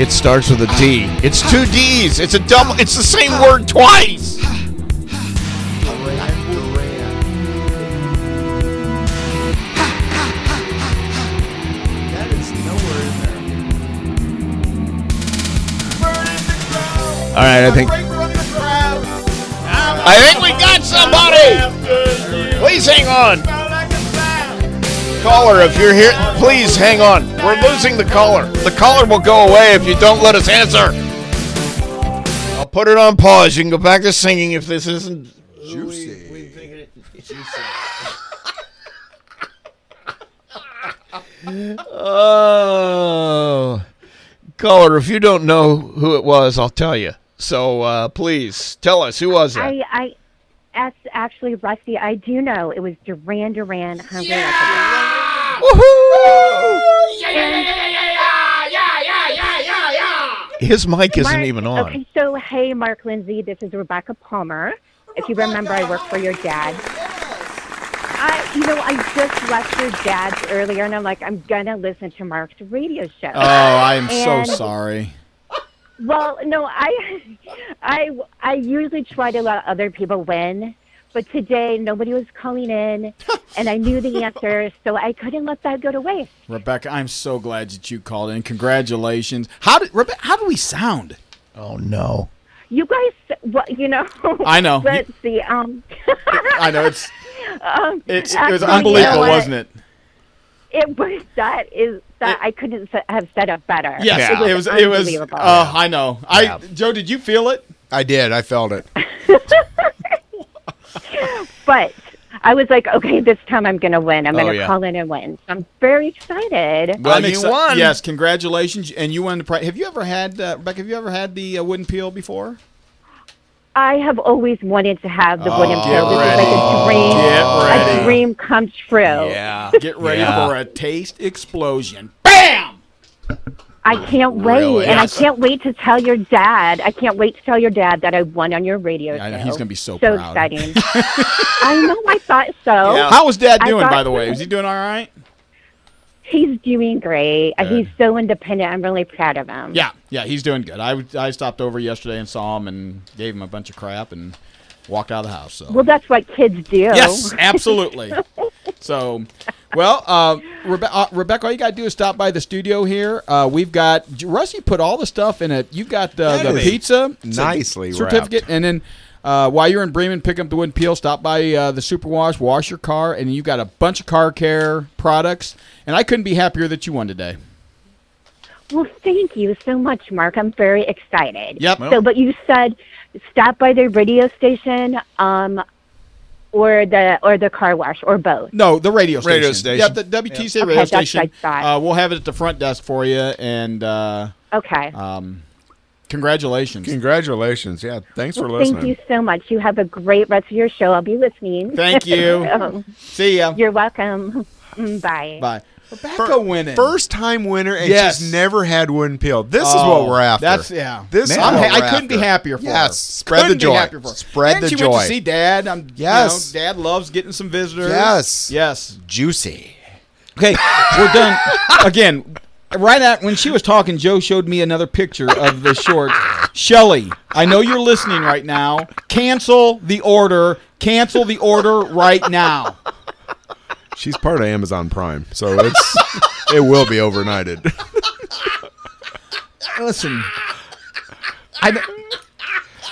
It starts with a D. It's two D's. It's a double. It's the same word twice. All right, I think I think we got somebody. Please hang on. Caller, if you're here, please hang on. We're losing the caller. The caller will go away if you don't let us answer. I'll put it on pause. You can go back to singing if this isn't Juicy. We, we think it, juicy. Oh, caller, if you don't know who it was, I'll tell you. So uh, please tell us who was that. I, I, that's actually Rusty. I do know it was Duran Duran. Hungry Like a Wolf. Woohoo! His mic isn't Mark- even on. Okay, so hey, Mark Lindsay, this is Rebecca Palmer. If you remember, I work for your dad. I, you know, I just left your dad's earlier, and I'm like, I'm gonna listen to Mark's radio show. Uh. Oh, I am And- so sorry. Well, no, I, <laughs> I, I usually try to let other people win, but today nobody was <laughs> calling in, and I knew the answer, so I couldn't let that go to waste. Rebecca, I'm so glad that you called in. Congratulations. How did Rebecca, how do we sound? oh no. You guys, well, you know. I <laughs> know. Let's see. Um, <laughs> I know it's it's it was actually, you know unbelievable, what? wasn't it? It was that is that I couldn't s- have said it better. Yes, Yeah. it was it was uh, Unbelievable. I know. I Yeah. Joe, did you feel it? I did. I felt it. But I was like, okay, this time I'm gonna win. I'm Oh, gonna yeah. call in and win. So I'm very excited. Well, I'm you exci- won. Yes, congratulations, and you won the prize. Have you ever had uh, Rebecca? Have you ever had the uh, wooden peel before? I have always wanted to have the wooden pill. This Oh, is ready. like a dream, Get ready. a dream come true. Oh. Yeah. Get ready Yeah. for a taste explosion. I can't wait, Really? and Yes. I can't wait to tell your dad. I can't wait to tell your dad that I won on your radio Yeah, I show. know. He's gonna be so so proud. exciting. <laughs> I know. I thought so. How was Dad I doing, thought- by the way? Was he doing all right? He's doing great. and He's so independent. I'm really proud of him. Yeah, yeah, he's doing good. I, w- I stopped over yesterday and saw him and gave him a bunch of crap and walked out of the house. So Well, that's what kids do. yes, absolutely. so, well, uh, Rebe- uh, Rebecca, all you got to do is stop by the studio here. Uh, we've got J- Rusty put all the stuff in it. You've got uh, the That is pizza cer- nicely certificate, wrapped. and then. Uh, while you're in Bremen, pick up the wooden peel. Stop by uh, the Superwash, wash your car, and you got a bunch of car care products. And I couldn't be happier that you won today. Well, thank you so much, Mark. I'm very excited. Yep. So, but you said stop by the radio station, um, or the or the car wash, or both. No, the radio station. Radio station. Yep, the WTC Okay, radio that's what I station. thought. Uh, we'll have it at the front desk for you, and uh, Okay. um, congratulations. Congratulations. Yeah. Thanks for listening. thank you so much. You have a great rest of your show. I'll be listening. Thank you. <laughs> Oh, See ya. you're <laughs> welcome. Mm, Bye. Bye. Rebecca Fir- winning. First time winner, and Yes. she's never had wooden peel. This is Oh, what we're after. That's yeah. This is Man, I'm what ha- we're I couldn't be after. happier for her. Yes, spread the Couldn't be joy. happier for her. Spread and the she went joy. to see Dad. I'm Yes. You know, Dad loves getting some visitors. Yes. Yes. Juicy. Okay, we're done. Again, right at when she was talking, Joe showed me another picture of the shorts. Shelly, I know you're listening right now. Cancel the order. Cancel the order right now. She's part of Amazon Prime, <laughs> so it's it will be overnighted. Listen, I, don't-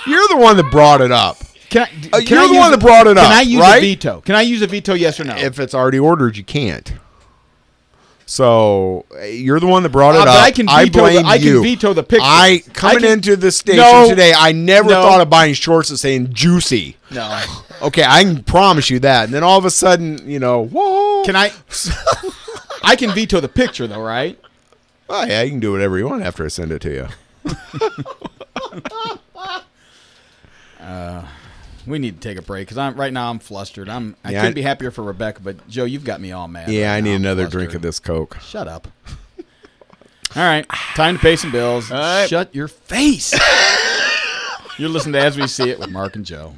You're the one that brought it up. can I, Uh, can you're I the use one a- that brought it Can up, I use a right? veto? Can I use a veto? Yes or no? If it's already ordered, you can't. So uh, you're the one that brought it Uh, up. but I can veto the- blame I can you. veto the picture. I coming I can- into the station No. today. I never No. thought of buying shorts that saying juicy. no. Okay, I can promise you that. And then all of a sudden, you know, whoa. Can I? I can veto the picture though, right? Oh, yeah, you can do whatever you want after I send it to you. We need to take a break because I'm right now. I'm flustered. I'm. I Yeah, couldn't I- be happier for Rebecca, but Joe, you've got me all mad. Yeah, right I now. need I'm another flustered. drink of this Coke. Shut up. <laughs> All right, time to pay some bills. Shut your face. <laughs> You're listening to As We See It with Mark and Joe.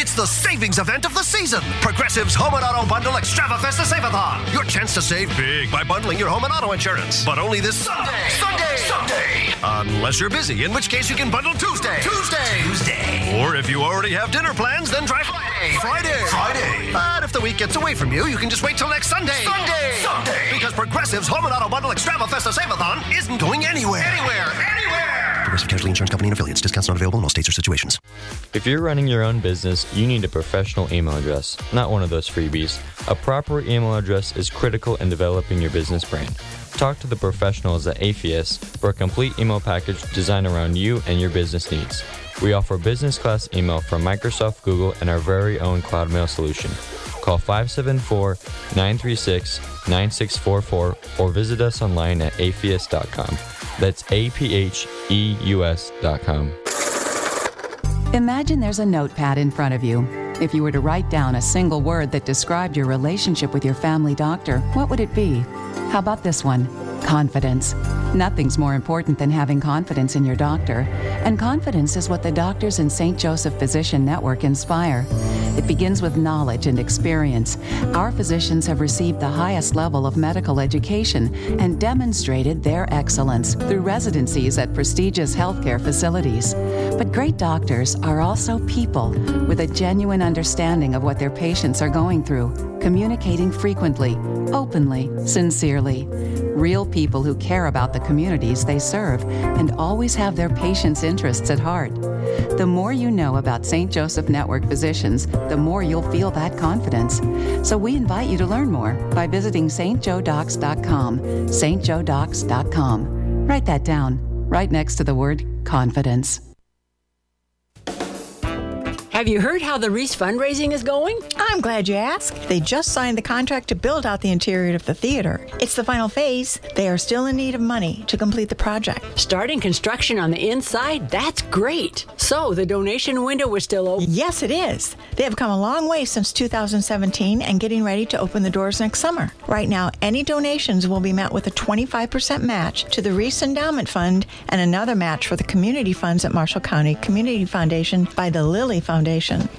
It's the savings event of the season. Progressive's Home and Auto Bundle Extravafesta Save-A-Thon. Your chance to save big by bundling your home and auto insurance. But only this Sunday. Sunday. Sunday. Unless you're busy, in which case you can bundle Tuesday. Tuesday. Tuesday. Or if you already have dinner plans, then try Friday. Friday. Friday. But if the week gets away from you, you can just wait till next Sunday. Sunday. Sunday. Because Progressive's Home and Auto Bundle Extravafesta Save-A-Thon isn't going anywhere. Anywhere. Anywhere. Progressive Casualty Insurance Company and affiliates. Discounts not available in all states or situations. If you're running your own business, you need a professional email address, not one of those freebies. A proper email address is critical in developing your business brand. Talk to the professionals at Atheist for a complete email package designed around you and your business needs. We offer business class email from Microsoft, Google, and our very own cloud mail solution. Call 574 936 9644 or visit us online at atheist.com. That's A P H E U S.com. Imagine there's a notepad in front of you. If you were to write down a single word that described your relationship with your family doctor, what would it be? How about this one? Confidence. Nothing's more important than having confidence in your doctor. And confidence is what the doctors in St. Joseph Physician Network inspire. It begins with knowledge and experience. Our physicians have received the highest level of medical education and demonstrated their excellence through residencies at prestigious healthcare facilities. But great doctors are also people with a genuine understanding of what their patients are going through, communicating frequently, openly, sincerely. Real people who care about the communities they serve and always have their patients' interests at heart. The more you know about St. Joseph Network physicians, the more you'll feel that confidence. So we invite you to learn more by visiting stjoedocs.com, stjoedocs.com. Write that down, right next to the word confidence. Have you heard how the Reese fundraising is going? I'm glad you asked. They just signed the contract to build out the interior of the theater. It's the final phase. They are still in need of money to complete the project. Starting construction on the inside, that's great. So the donation window is still open. Yes, it is. They have come a long way since 2017 and getting ready to open the doors next summer. Right now, any donations will be met with a 25% match to the Reese Endowment Fund and another match for the community funds at Marshall County Community Foundation by the Lilly Foundation.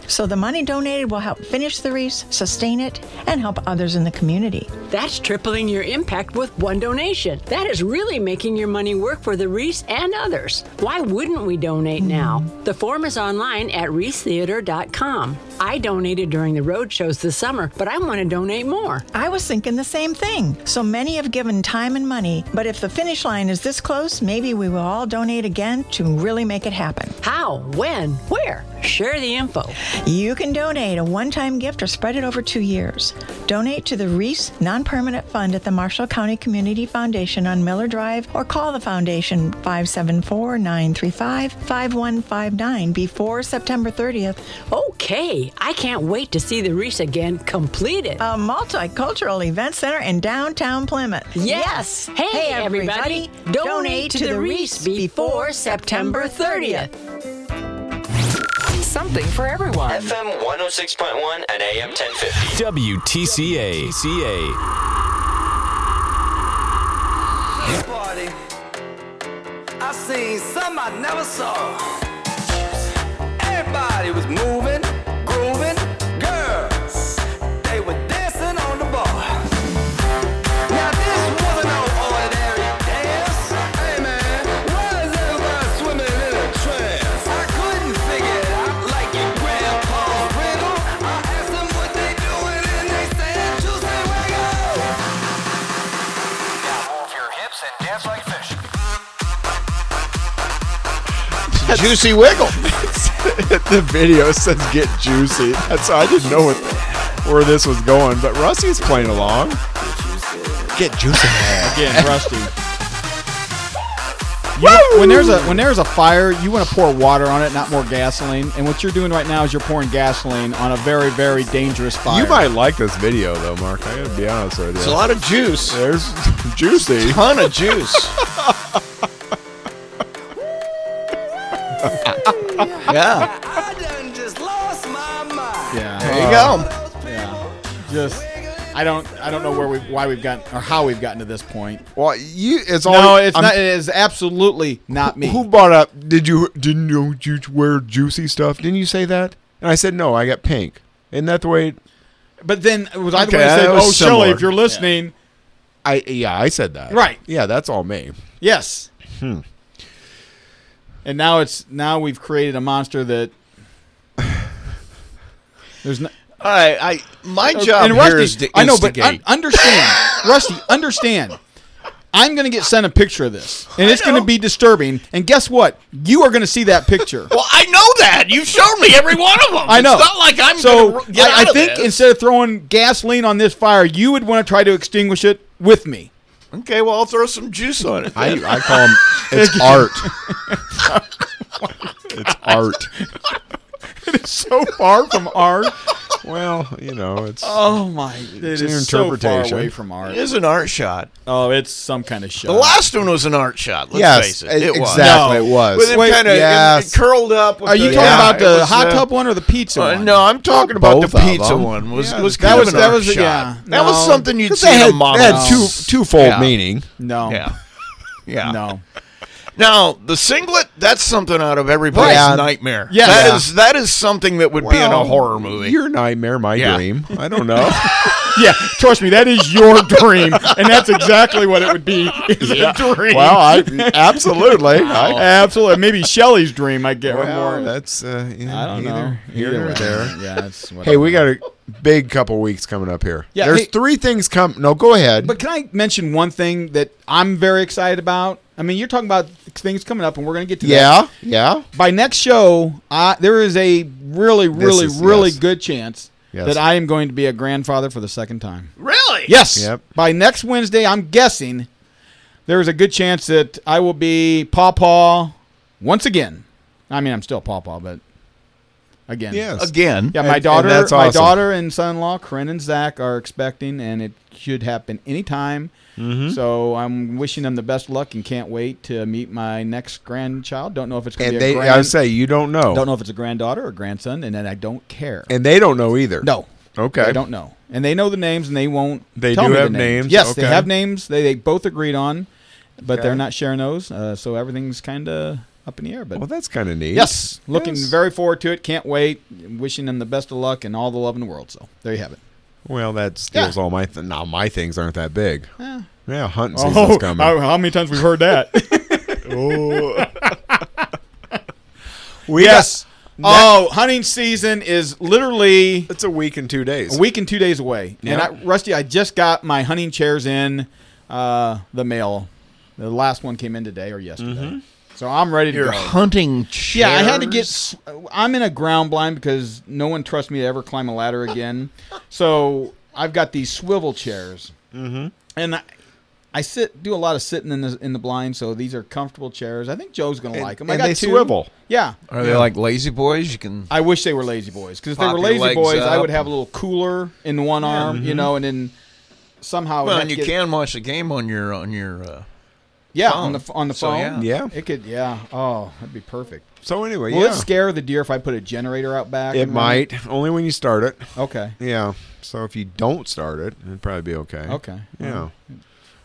So the money donated will help finish the Reese, sustain it, and help others in the community. That's tripling your impact with one donation. That is really making your money work for the Reese and others. Why wouldn't we donate now? The form is online at reesetheater.com. I donated during the road shows this summer, but I want to donate more. I was thinking the same thing. So many have given time and money, but if the finish line is this close, maybe we will all donate again to really make it happen. How? When? Where? Share the info. You can donate a one time gift or spread it over two years. Donate to the Reese Non Permanent Fund at the Marshall County Community Foundation on Miller Drive or call the foundation 574 935 5159 before September 30th. Okay, I can't wait to see the Reese again completed. A multicultural event center in downtown Plymouth. Yes. Hey, everybody, donate, to, the Reese before September 30th. Something for everyone. FM 106.1 and AM 1050. WTCA. WTCA. party. I seen some I never saw. Everybody was moving, grooving, girls. They were dancing on the bar. Now this wasn't no ordinary dance. Hey man, why is everybody swimming in a trance? I couldn't figure it out like your grandpa riddle. I asked them what they doing and they said Tuesday wiggle. Move your hips and dance like fish. <laughs> Juicy Wiggle. <laughs> the video says get juicy. That's I didn't know what, where this was going, but Rusty's playing along. Get juicy. <laughs> Again, <laughs> Rusty. You- when there's a when there's a fire, you want to pour water on it, not more gasoline. And what you're doing right now is you're pouring gasoline on a very very dangerous fire. You might like this video though, Mark. I gotta be honest with you. It's a lot of juice. There's <laughs> juicy. ton of juice. <laughs> yeah. I done just lost my mind. Yeah. There you Uh, go. Yeah. Just I don't I don't know where we why we've gotten or how we've gotten to this point. Well, you it's no, all- it's I'm- not. It is absolutely not me. Who brought up? Did you didn't you, you wear juicy stuff? Didn't you say that? And I said no. I got pink. Isn't that the way? But then was I the Okay, one who said, that was "Oh, Shelly, similar. if you're listening, I yeah, I said that. Right. Yeah, that's all me. yes." Hmm. And now it's now we've created a monster that <sighs> there's no. All right, I my Uh, job and here Rusty- is to I know, but instigate. <laughs> un- understand, Rusty, understand. I'm going to get sent a picture of this, and it's going to be disturbing. And guess what? You are going to see that picture. <laughs> well, I know that you've shown me every one of them. I know. It's not like I'm so. Gonna r- get I, out I of think this. instead of throwing gasoline on this fire, you would want to try to extinguish it with me. Okay, well, I'll throw some juice on <laughs> it. I, then. I call <laughs> them. It's art. <laughs> it's art. it is so far from art. Well, you know, it's. Oh my! It it's is an so far interpretation. away from art. It is an art shot. Oh, it's some kind of shot. The last one was an art shot. Let's Yes, face e- it. It was. exactly, it was. With him Wait, kind of yes. curled up. with Are you the- talking yeah, about it the was, hot uh, tub one or the pizza uh, one? no, I'm talking about both the of pizza them. one. Was Yeah, was that kind was- of an that art was- shot. yeah. That was No. something you'd 'Cause see they had- on models. they had two- twofold meaning. No. <laughs> Yeah. Yeah. No. Now the singlet—that's something out of everybody's Yeah. nightmare. Yeah. that Yeah. is- that is something that would be in a horror movie. Your nightmare, my Yeah. dream. I <laughs> don't know. Yeah, trust me, that is your <laughs> dream, and that's exactly what it would be. <laughs> Is Yeah. a dream. Well, I- absolutely. I- absolutely. Maybe Shelley's dream. I get Well, more. That's uh, you know, I don't know. either here Either or way. there. Yeah, that's Hey, whatever. we got a big couple weeks coming up here. Yeah, There's hey- three things come. No, go ahead. But can I mention one thing that I'm very excited about? I mean, you're talking about things coming up, and we're going to get to yeah, that. yeah. By next show, I, there is a really, This really, is- really yes. good chance Yes. that I am going to be a grandfather for the second time. Really? Yes. Yep. By next Wednesday, I'm guessing there is a good chance that I will be Pawpaw once again. I mean, I'm still Pawpaw, but again. Uh, Yes. Again. Yeah, And- my and daughter, that's my awesome. daughter and son-in-law, Corinne and Zach, are expecting, and it should happen anytime. Mhm. So I'm wishing them the best luck and can't wait to meet my next grandchild. Don't know if it's going to And be a they, grand, I say, you don't know. don't know if it's a granddaughter or grandson, and then I don't care. Oh. And they don't know either. No. Okay. I don't know. And they know the names, and they won't. They tell do me the have names, Yes, they okay. have names. They, they both agreed on, but Okay. they're not sharing those. Uh, so everything's kind of up in the air. But Well, that's kind of neat. yes, looking Yes. very forward to it. Can't wait. Wishing them the best of luck and all the love in the world. So there you have it. Well, that steals all my. Th- now my things aren't that big. Yeah. Oh, Yeah, hunting season's <laughs> coming. many times we've <laughs> heard that? Oh. we yes. Ne- Oh, hunting season is literally it's a week and two days. a week and two days away. Yeah. And I, Rusty, I just got my hunting chairs in uh, the mail. The last one came in today or yesterday. Mm-hmm. So I'm ready to Your go. hunting chairs. Yeah, I had to get. I'm in a ground blind because no one trusts me to ever climb a <laughs> ladder again. so I've got these swivel chairs, mm-hmm. and I, I sit do a lot of sitting in the in the blind. So these are comfortable chairs. I think Joe's gonna And- like them. I and got they two. swivel. Yeah, Are they like lazy boys? You can. I wish they were lazy boys because if they Pop were your lazy legs boys, I up. Mm-hmm. would have a little cooler in one arm, you know, and then somehow. Well, that and you get- can watch the game on your on your. Uh, Yeah, phone. on the on the So, phone. yeah. it could. Yeah. Oh, that'd be perfect. So anyway, Will yeah, it scare the deer if I put a generator out back? it and run might only when you start it. Okay. Yeah. So if you don't start it, it'd probably be okay. Okay. Yeah.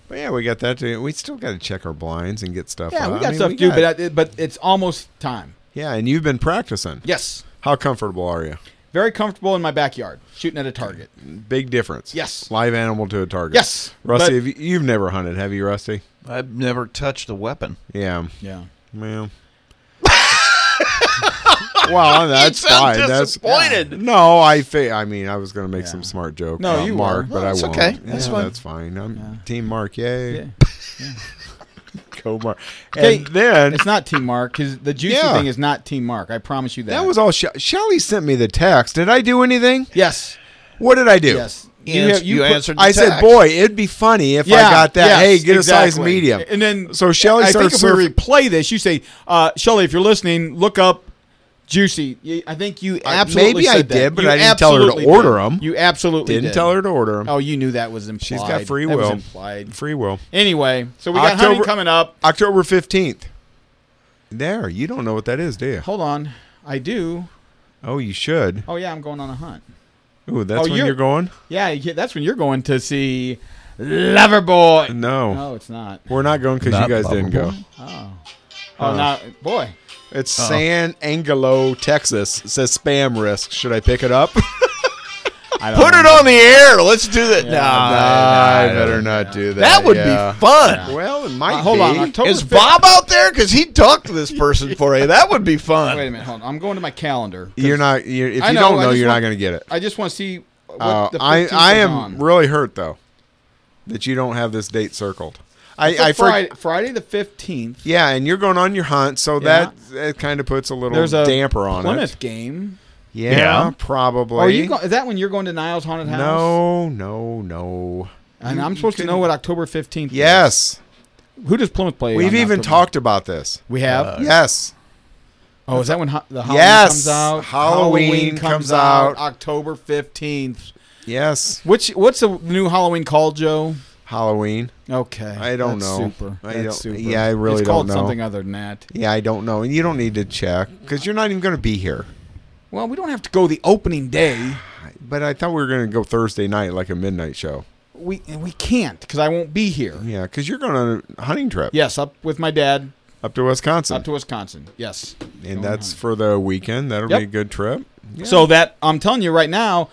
But yeah, we got that. To, we still got to check our blinds and get stuff. Yeah, out. we I got mean, stuff we to do, got- but I, but it's almost time. yeah, and you've been practicing. Yes, How comfortable are you? very comfortable in my backyard, shooting at a target. Big difference. Yes. Live animal to a target. Yes, Rusty, but- have you, you've never hunted, have you, Rusty? I've never touched a weapon. Yeah. Yeah, <laughs> Well. well, that's sound fine. That's disappointed. no. I fa- I mean, I was going to make Yeah. some smart joke. No, about you Mark, were. but No, I it's won't. okay. Yeah, That's fine. That's fine. I'm Yeah. Team Mark. Yay. <laughs> yeah. Go Mark. Okay, And then it's not Team Mark because the juicy Yeah. thing is not Team Mark. I promise you that. that was all. She- Shelly sent me the text. Did I do anything? yes, What did I do? yes. Yes, have- you put- answered- I said, Text. boy, it'd be funny if I got that. yes, hey, get a size exactly. medium. And then so Shelly I think starts if surf- we replay this, you say, uh, Shelly, if you're listening, look up Juicy. You- I think you I- absolutely maybe I said that. did, but You I didn't tell her to absolutely did. order 'em. You absolutely Didn't did. tell her to order them. Oh, you knew that was implied. She's got free That was will. implied. Free will. Anyway, so we got hunting October- coming up. October 15th. There, you don't know what that is, do you? Hold on, I do. Oh, you should. Oh yeah, I'm going on a hunt. Ooh, that's Oh, when you're- you're going? Yeah, yeah, that's when you're going to see Loverboy. No. No, it's not. We're not going because you Not guys didn't go. lovable. Oh, oh, Uh, now boy. It's San Angelo, Texas. It says spam risk. Should I pick it up? I don't Put know. Uh, it on the air. Let's do that. Nah, <laughs> I better not do that. That would yeah. be fun. Well, it might Uh, hold on, be. October. Is 15th Bob out there? Because he'd talk to <laughs> this person for you. That would be fun. Wait a minute, hold on. I'm going to my calendar. 'cause You're not. You're, if I you know, don't I know, just you're want- not going to get it. I just want to see what Uh, the 15th I I is am on. really hurt though that you don't have this date circled. It's I, a I for- Friday, Friday the 15th. yeah, and you're going on your hunt, so Yeah. that that kind of puts a little There's a damper on Plymouth it. game. Oh, Yeah, Yeah. probably. Are you go- is that when you're going to Niles Haunted House? No, no, no. And You- I'm you supposed to couldn't- know what October 15th is. Yes. Who does Plymouth play? We've on even October? talked about this. We have? yes. Oh, is that when ho- the Halloween Yes. comes out? Halloween comes out. October 15th. Yes. Which what's the new Halloween called, Joe? Halloween. Okay. I don't That's know. Super. I That's don't, super. Yeah, I really it's don't called know. something other than that. Yeah, I don't know, and you don't need to check because you're not even going to be here. Well, we don't have to go the opening day. But I thought we were going to go Thursday night, like a midnight show. We and we can't because I won't be here. Yeah, because you're going on a hunting trip. Yes, up with my dad up to Wisconsin, up to Wisconsin. Yes. and that's for the weekend. That'll Yep. be a good trip. Yeah. So that I'm telling you right now,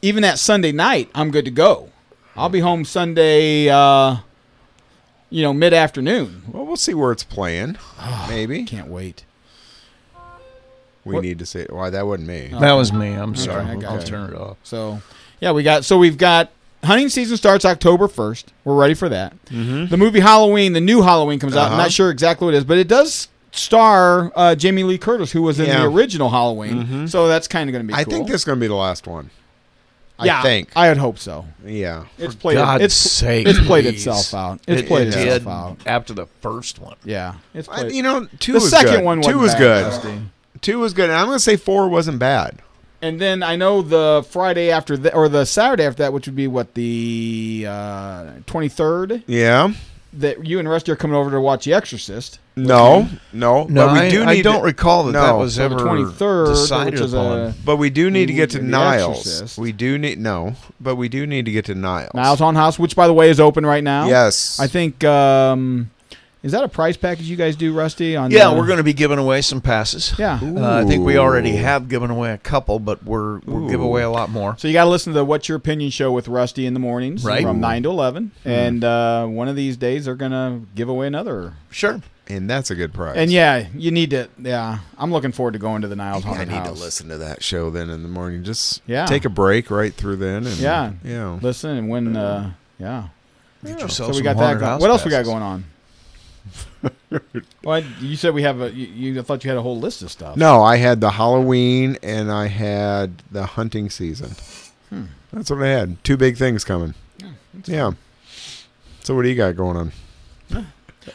even that Sunday night, I'm good to go. I'll be home Sunday, uh, you know, mid afternoon. Well, we'll see where it's playing. Maybe can't wait. we What- need to say why that wasn't me. That was me. I'm sorry. Uh-huh. I got I'll you. turn it off. So yeah, we got so we've got hunting season starts October first. We're ready for that. Mhm. The movie Halloween, the new Halloween comes out. I'm Uh-huh. not sure exactly what it is, but it does star uh, Jamie Lee Curtis, who was in Yeah. the original Halloween. Mhm. So that's kind of going to be. I cool. think this is going to be the last one. Yeah, I think. I would hope so. Yeah. It's For played. God's it's sake, It's played please. itself out. It's It- played it itself did. out. After the first one. Yeah, it's I- played. you know, two The was second good. one two wasn't was bad, good. Dusty. Two was good. And I'm going to say four wasn't bad. And then I know the Friday after that, or the Saturday after that, which would be what the twenty third. uh, 23rd, Yeah. That you and Rusty are coming over to watch The Exorcist. No, no, No, but we I- do. Need I don't to- recall that no. that was So the ever 23rd, decided which is uh, upon. a- but we do need to get to The Niles. Exorcist. We do need no, but we do need to get to Niles. Niles on House, which by the way is open right now. Yes. I think. um Is that a price package you guys do, Rusty? On Yeah, the- we're going to be giving away some passes. Yeah, Uh, I think we already have given away a couple, but we're we'll give Ooh. away a lot more. So you got to listen to the What's Your Opinion show with Rusty in the mornings Right. from 9 to 11. Hmm. And uh, one of these days they're going to give away another. Sure. and that's a good price. And yeah, you need to. Yeah, I'm looking forward to going to the Niles I Haunted need to House. listen to that show then in the morning. Just Yeah. take a break right through then. And, Yeah. yeah. Listen and when. Uh, yeah. yourself So we some got that. haunted Going. house What else we got passes. <laughs> going on? well, I- you said we have a. You, you I thought you had a whole list of stuff. No, I had the Halloween and I had the hunting season. Hmm. That's what I had. Two big things coming. Yeah. So what do you got going on?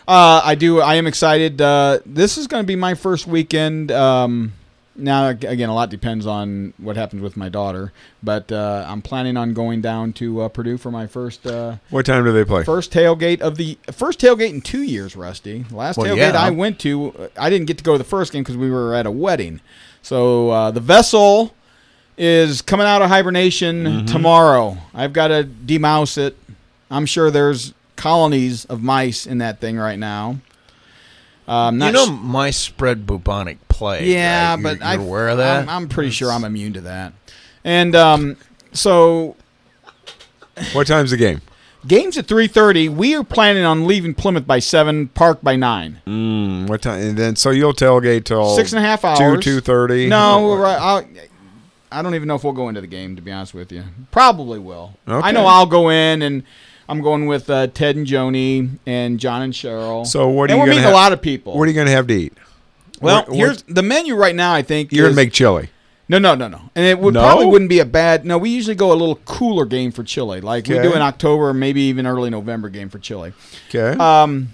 Uh, I do. I am excited. Uh, this is going to be my first weekend. Um, now, ag- again, a lot depends on what happens with my daughter, but uh, I'm planning on going down to uh, Purdue for my first uh, What time do they play? first tailgate of the first tailgate in two years. Rusty, last Well, tailgate yeah. I went to, uh, I didn't get to go to the first game because we were at a wedding. So uh, the vessel is coming out of hibernation Mm-hmm. tomorrow. I've got to demouse it. I'm sure there's colonies of mice in that thing right now. Um, you know, mice spread bubonic plague. yeah, right? but you're, I- you're aware of that. I'm, I'm pretty sure I'm immune to that. And um, so What time's the game? games at 3:30. We are planning on leaving Plymouth by seven, park by nine. Mm, what time? And then so you'll tailgate till Six and a half hours. Two two thirty. No, we're right. I'll, I don't even know if we'll go into the game. To be honest with you, probably will. I know Okay. I'll go in, and I'm going with uh, Ted and Joni and John and Cheryl. So what are you and we're going meeting have? a lot of people. What are you going to have to eat? well, what- what- here's the menu right now. I think You're going is- to make chili. No, no, no, no. And it would No? probably wouldn't be a bad. No, we usually go a little cooler game for Chile. Like we do Okay. an October, maybe even early November game for Chile. Okay. Um,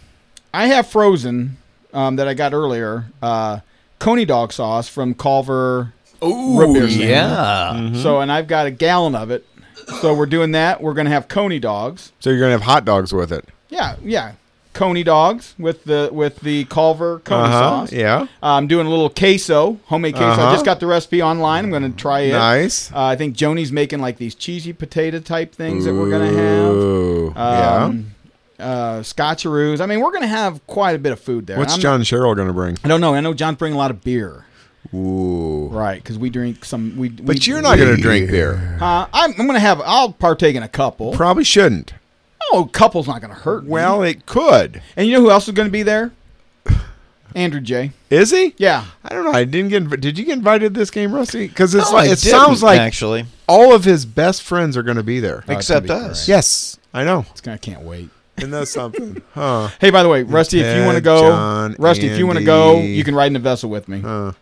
I have frozen um, that I got earlier. Uh, Coney dog sauce from Culver. Ooh, root beer stand. yeah. Mm-hmm. Mhm. So and I've got a gallon of it. So we're doing that. We're gonna have Coney dogs. so you're going to have hot dogs with it. Yeah, yeah. Coney dogs with the with the Culver Coney Uh-huh, sauce. yeah. I'm doing a little queso, homemade queso. I Uh-huh. just got the recipe online. I'm going to try it. Nice. Uh, I think Joni's making like these cheesy potato type things that we're going to have. Ooh, Um, Uh, scotcheroos. I mean, we're going to have quite a bit of food there. yeah. What's I'm- John Cheryl going to bring? I don't know. I know John's bringing a lot of beer. Ooh. Right, because we drink some. We, But you're not going to drink beer. Uh, I'm, I'm going to have. I'll partake in a couple. Probably shouldn't. oh, a couple's not going to hurt. me. Well, it could. and you know who else is going to be there? <sighs> Andrew J. Is he? Yeah. I don't know. I didn't get. invi- Did you get invited to this game, Rusty? Because it's No, like I it sounds didn't, like actually. all of his best friends are going to be Oh, there, it's gonna Except be us. great. Yes, I know. It's gonna, I can't wait. And that's <laughs> something, huh? Hey, by the way, Rusty, if you want to Ted, go, John, Rusty, if you want to go, Andy. you can ride in a vessel with me. You know-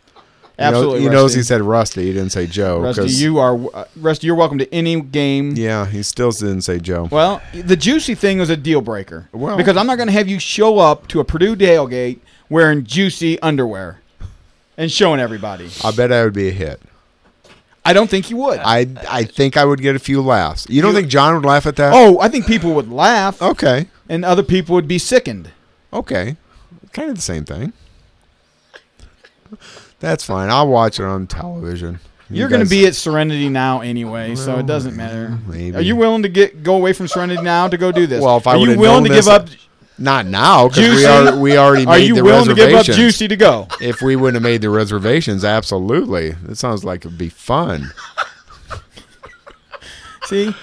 Absolutely, He knows Rusty. he said Rusty. He didn't say Joe. Rusty, 'cause- you are uh, Rusty. You're welcome to any game. Yeah, he still didn't say Joe. Well, the juicy thing was a deal breaker because I'm not going to have you show up to a Purdue tailgate wearing juicy underwear and showing everybody. I bet I would be a hit. I don't think you would. I I think I would get a few laughs. You don't You- think John would laugh at that? Oh, I think people would laugh. Okay. And other people would be sickened. Okay. Kind of the same thing. That's fine. I'll watch it on television. You You're going to guys- be at Serenity now anyway, so it doesn't matter. maybe. Are you willing to get go away from Serenity now to go do this? Well, if I are you would've willing known to this- give up? Not now because Juicy? we are we already Are made you the willing to give up reservations. Juicy to go? If we wouldn't have made the reservations, absolutely. That sounds like it'd be fun. See,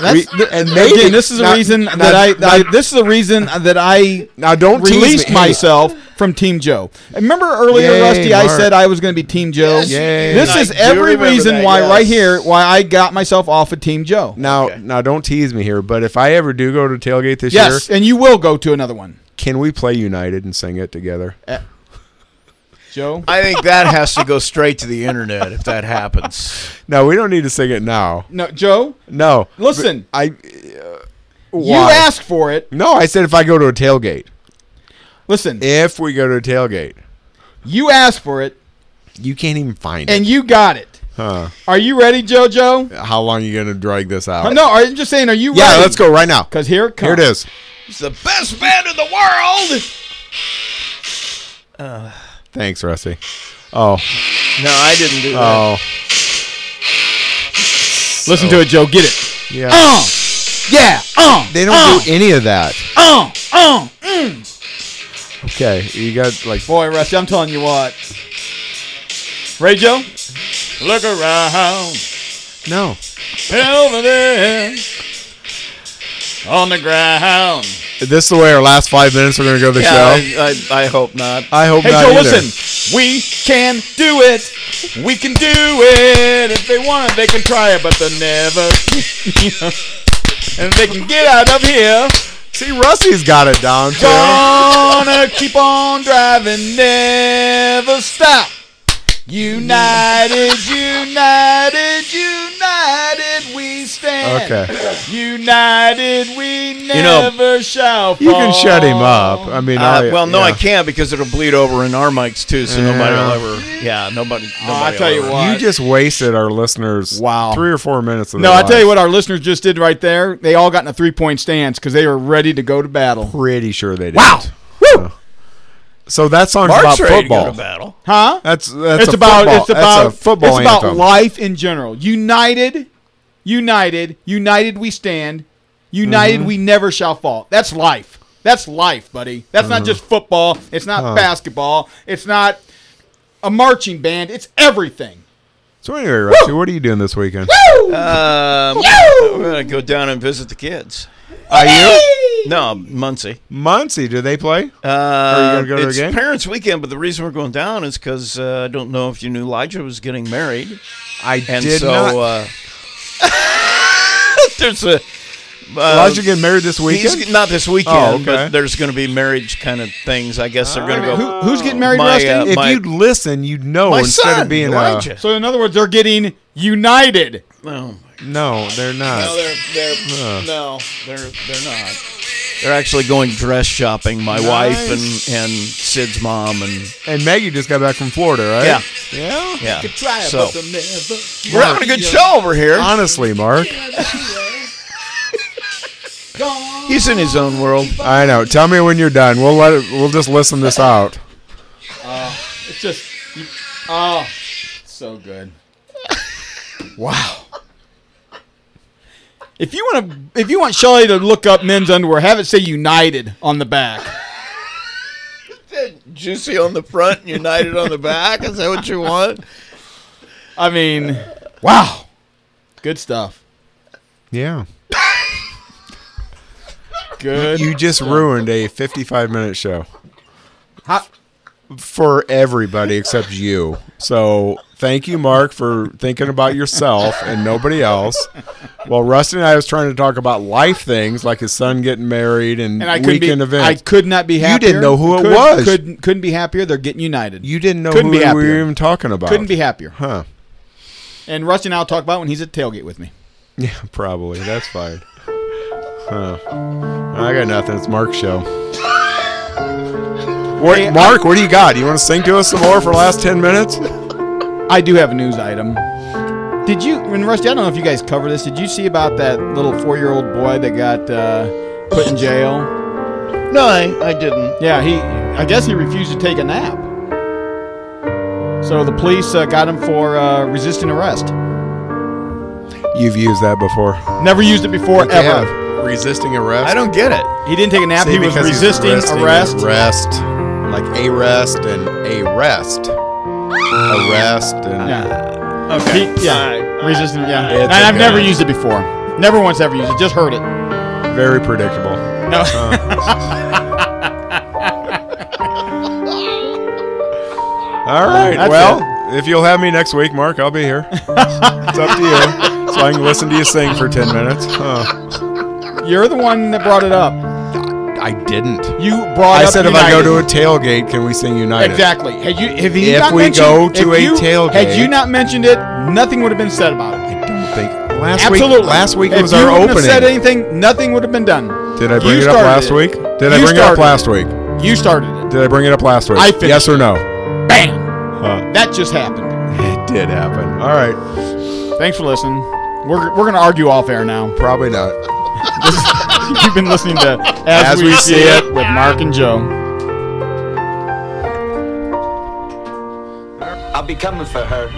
We- That's, th- and again, maybe- this is the now- reason now- that I, now- I- This is the reason that I now don't tease me. released Hey. myself from Team Joe. Remember earlier, Yay, Rusty, I Mark. said I was going to be Team Joe. Yes, you did. This I is do every remember reason that, why yes. right here why I got myself off of Team Joe. Now, now, don't tease me here, but if I ever do go to tailgate this Yes, year, and you will go to another one, can we play United and sing it together? Joe. I think that has to go straight to the internet if that happens. <laughs> No, we don't need to sing it now. No, Joe. No, Listen. I. uh, You why? asked for it. No, I said if I go to a tailgate. Listen. If we go to a tailgate, You asked for it, you can't even find it. and you got it. Huh? Are you ready, JoJo? How long are you gonna drag this out? No, I'm just saying. Are you Yeah, ready? let's go right now. Because here it comes. Here it is. It's the best band in the world. Thanks, Rusty. Oh, No, I didn't do oh, Listen to it, Joe. Get it. yeah. Uh, yeah. Uh, They don't uh, do any of that. Uh, uh, mm. Okay, you got like Boy, Rusty, I'm telling you what. Ray Joe, look around. no. Over there on the ground. Is this the way our last five minutes are gonna go the show? I, I, I hope not. I hope Hey, not. Joe, either. listen. We can do it. We can do it. If they want it, they can try it, but they'll never. <laughs> and they can get out of here. See, Rusty's got it down too. Gonna keep on driving, never stop. United, united, united, we stand. Okay. United, we never You know, shall fall. You can shut him up. I mean, Uh, I, well, no, yeah. I can't because it'll bleed over in our mics too, so nobody will ever. Yeah, nobody. nobody I tell will you ever- what. You just wasted our listeners. Wow. Three or four minutes. Of No, their I tell you lives. what, our listeners just did right there. They all got in a three point stance because they were ready to go to battle. Pretty sure they did. Wow. Woo! So that song's Mark's about ready to go football. to battle. Huh? That's that's it's a about football- it's about that's a football it's about anthem. life in general. United, united, united we stand. United Mm-hmm. we never shall fall. That's life. That's life, buddy. That's not just football. It's not Mm-hmm. Huh. basketball. It's not a marching band. It's everything. So anyway, Rusty, what are you doing this weekend? <laughs> Um, I'm gonna go down and visit the kids. Are you No, Muncie. Muncie? Do they play? Uh, Are you gonna go to the it's game? Parents' Weekend, but the reason we're going down is because uh, I don't know if you knew Elijah was getting married, I and did so not. Uh, <laughs> there's a. Uh, Elijah getting married this he's- weekend? not this weekend, Oh, okay. but there's going to be marriage kind of things. I guess they're going to go. Who, who's getting married, My, Rusty? uh, if my- you'd listen, you'd know My instead son, of being uh, Elijah. so in other words, they're getting united. No, no, they're not. no, they're they're Huh. no, they're they're not. They're actually going dress shopping. My wife and and Sid's mom and and Maggie just got back from Florida, right? yeah, Yeah. yeah. Try it, So but they'll never- we're having a good show over here. Honestly, Mark, He's in his own world. I know. Tell me when you're done. We'll let it. We'll just listen this out. It's just, you, oh, so good. wow. If you want to, if you want Shelly to look up men's underwear, have it say "United" on the back. Juicy on the front, and United on the back. Is that what you want? I mean, wow, good stuff. Yeah. Good. You just ruined a 55 minute show. How, for everybody except you. So thank you, Mark, for thinking about yourself and nobody else. While Rusty and I was trying to talk about life things like his son getting married and, And I couldn't be- weekend events. I could not be You happier. didn't know who it Could- was. Couldn't couldn't be happier. They're getting united. You didn't know couldn't who be we happier. were even talking about. Couldn't be happier. Huh. And Rusty and I'll talk about when he's at tailgate with me. Yeah, probably. That's fine. Huh. I got nothing. It's Mark's show. What, Hey, Mark, what do you got? You want to sing to us some more for the last 10 minutes? I do have a news item. Did you, and Rusty, I don't know if you guys cover this. Did you see about that little four-year-old boy that got uh, put in jail? No, I, I didn't. Yeah, he. I guess he refused to take a nap. So the police uh, got him for uh, resisting arrest. You've used that before. Never used it before Think they ever. have Resisting arrest. I don't get it. He didn't take a nap. See, he was because he's resisting, arrest. Arrest. Like arrest and arrest. Arrest and. Yeah. Okay. yeah. Resistant. Yeah. It's and I've okay. never used it before. Never once ever used it. Just heard it. Very predictable. No. All right. That's well, if you'll have me next week, Mark, I'll be here. it's up to <laughs> you. So I can listen to you sing for 10 minutes. Huh. You're the one that brought it up. I didn't. You brought I up said if I United. go to a tailgate, can we sing United? Exactly. Had you, if he If not we mentioned- go to if a you- tailgate- had you not mentioned it, nothing would have been said about it. I don't think. Last Absolutely. week, last week if was you our wouldn't have opening. said anything, nothing would have been done. Did I You bring it up started last it. week? Did I You bring it up started last week? You started it. Did I bring it up last week? I finished Yes or no? <laughs> Bam. Huh. That just happened. It did happen. All right. Thanks for listening. We're, we're going to argue off air now. <laughs> Probably not. You've been listening to As, We, See it with Mark and Joe. I'll be coming for her.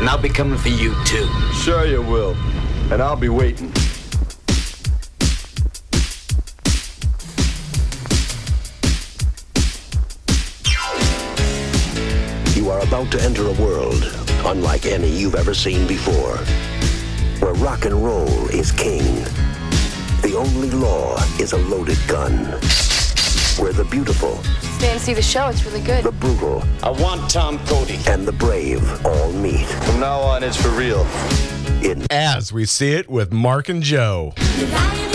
And I'll be coming for you too. Sure you will. And I'll be waiting. You are about to enter a world unlike any you've ever seen before, where rock and roll is king. The only law is a loaded gun. Where the beautiful, Stay and see the show. It's really good. the brutal, I want Tom Cody, and the brave all meet. From now on, it's for real. In As we see it with Mark and Joe. Joe.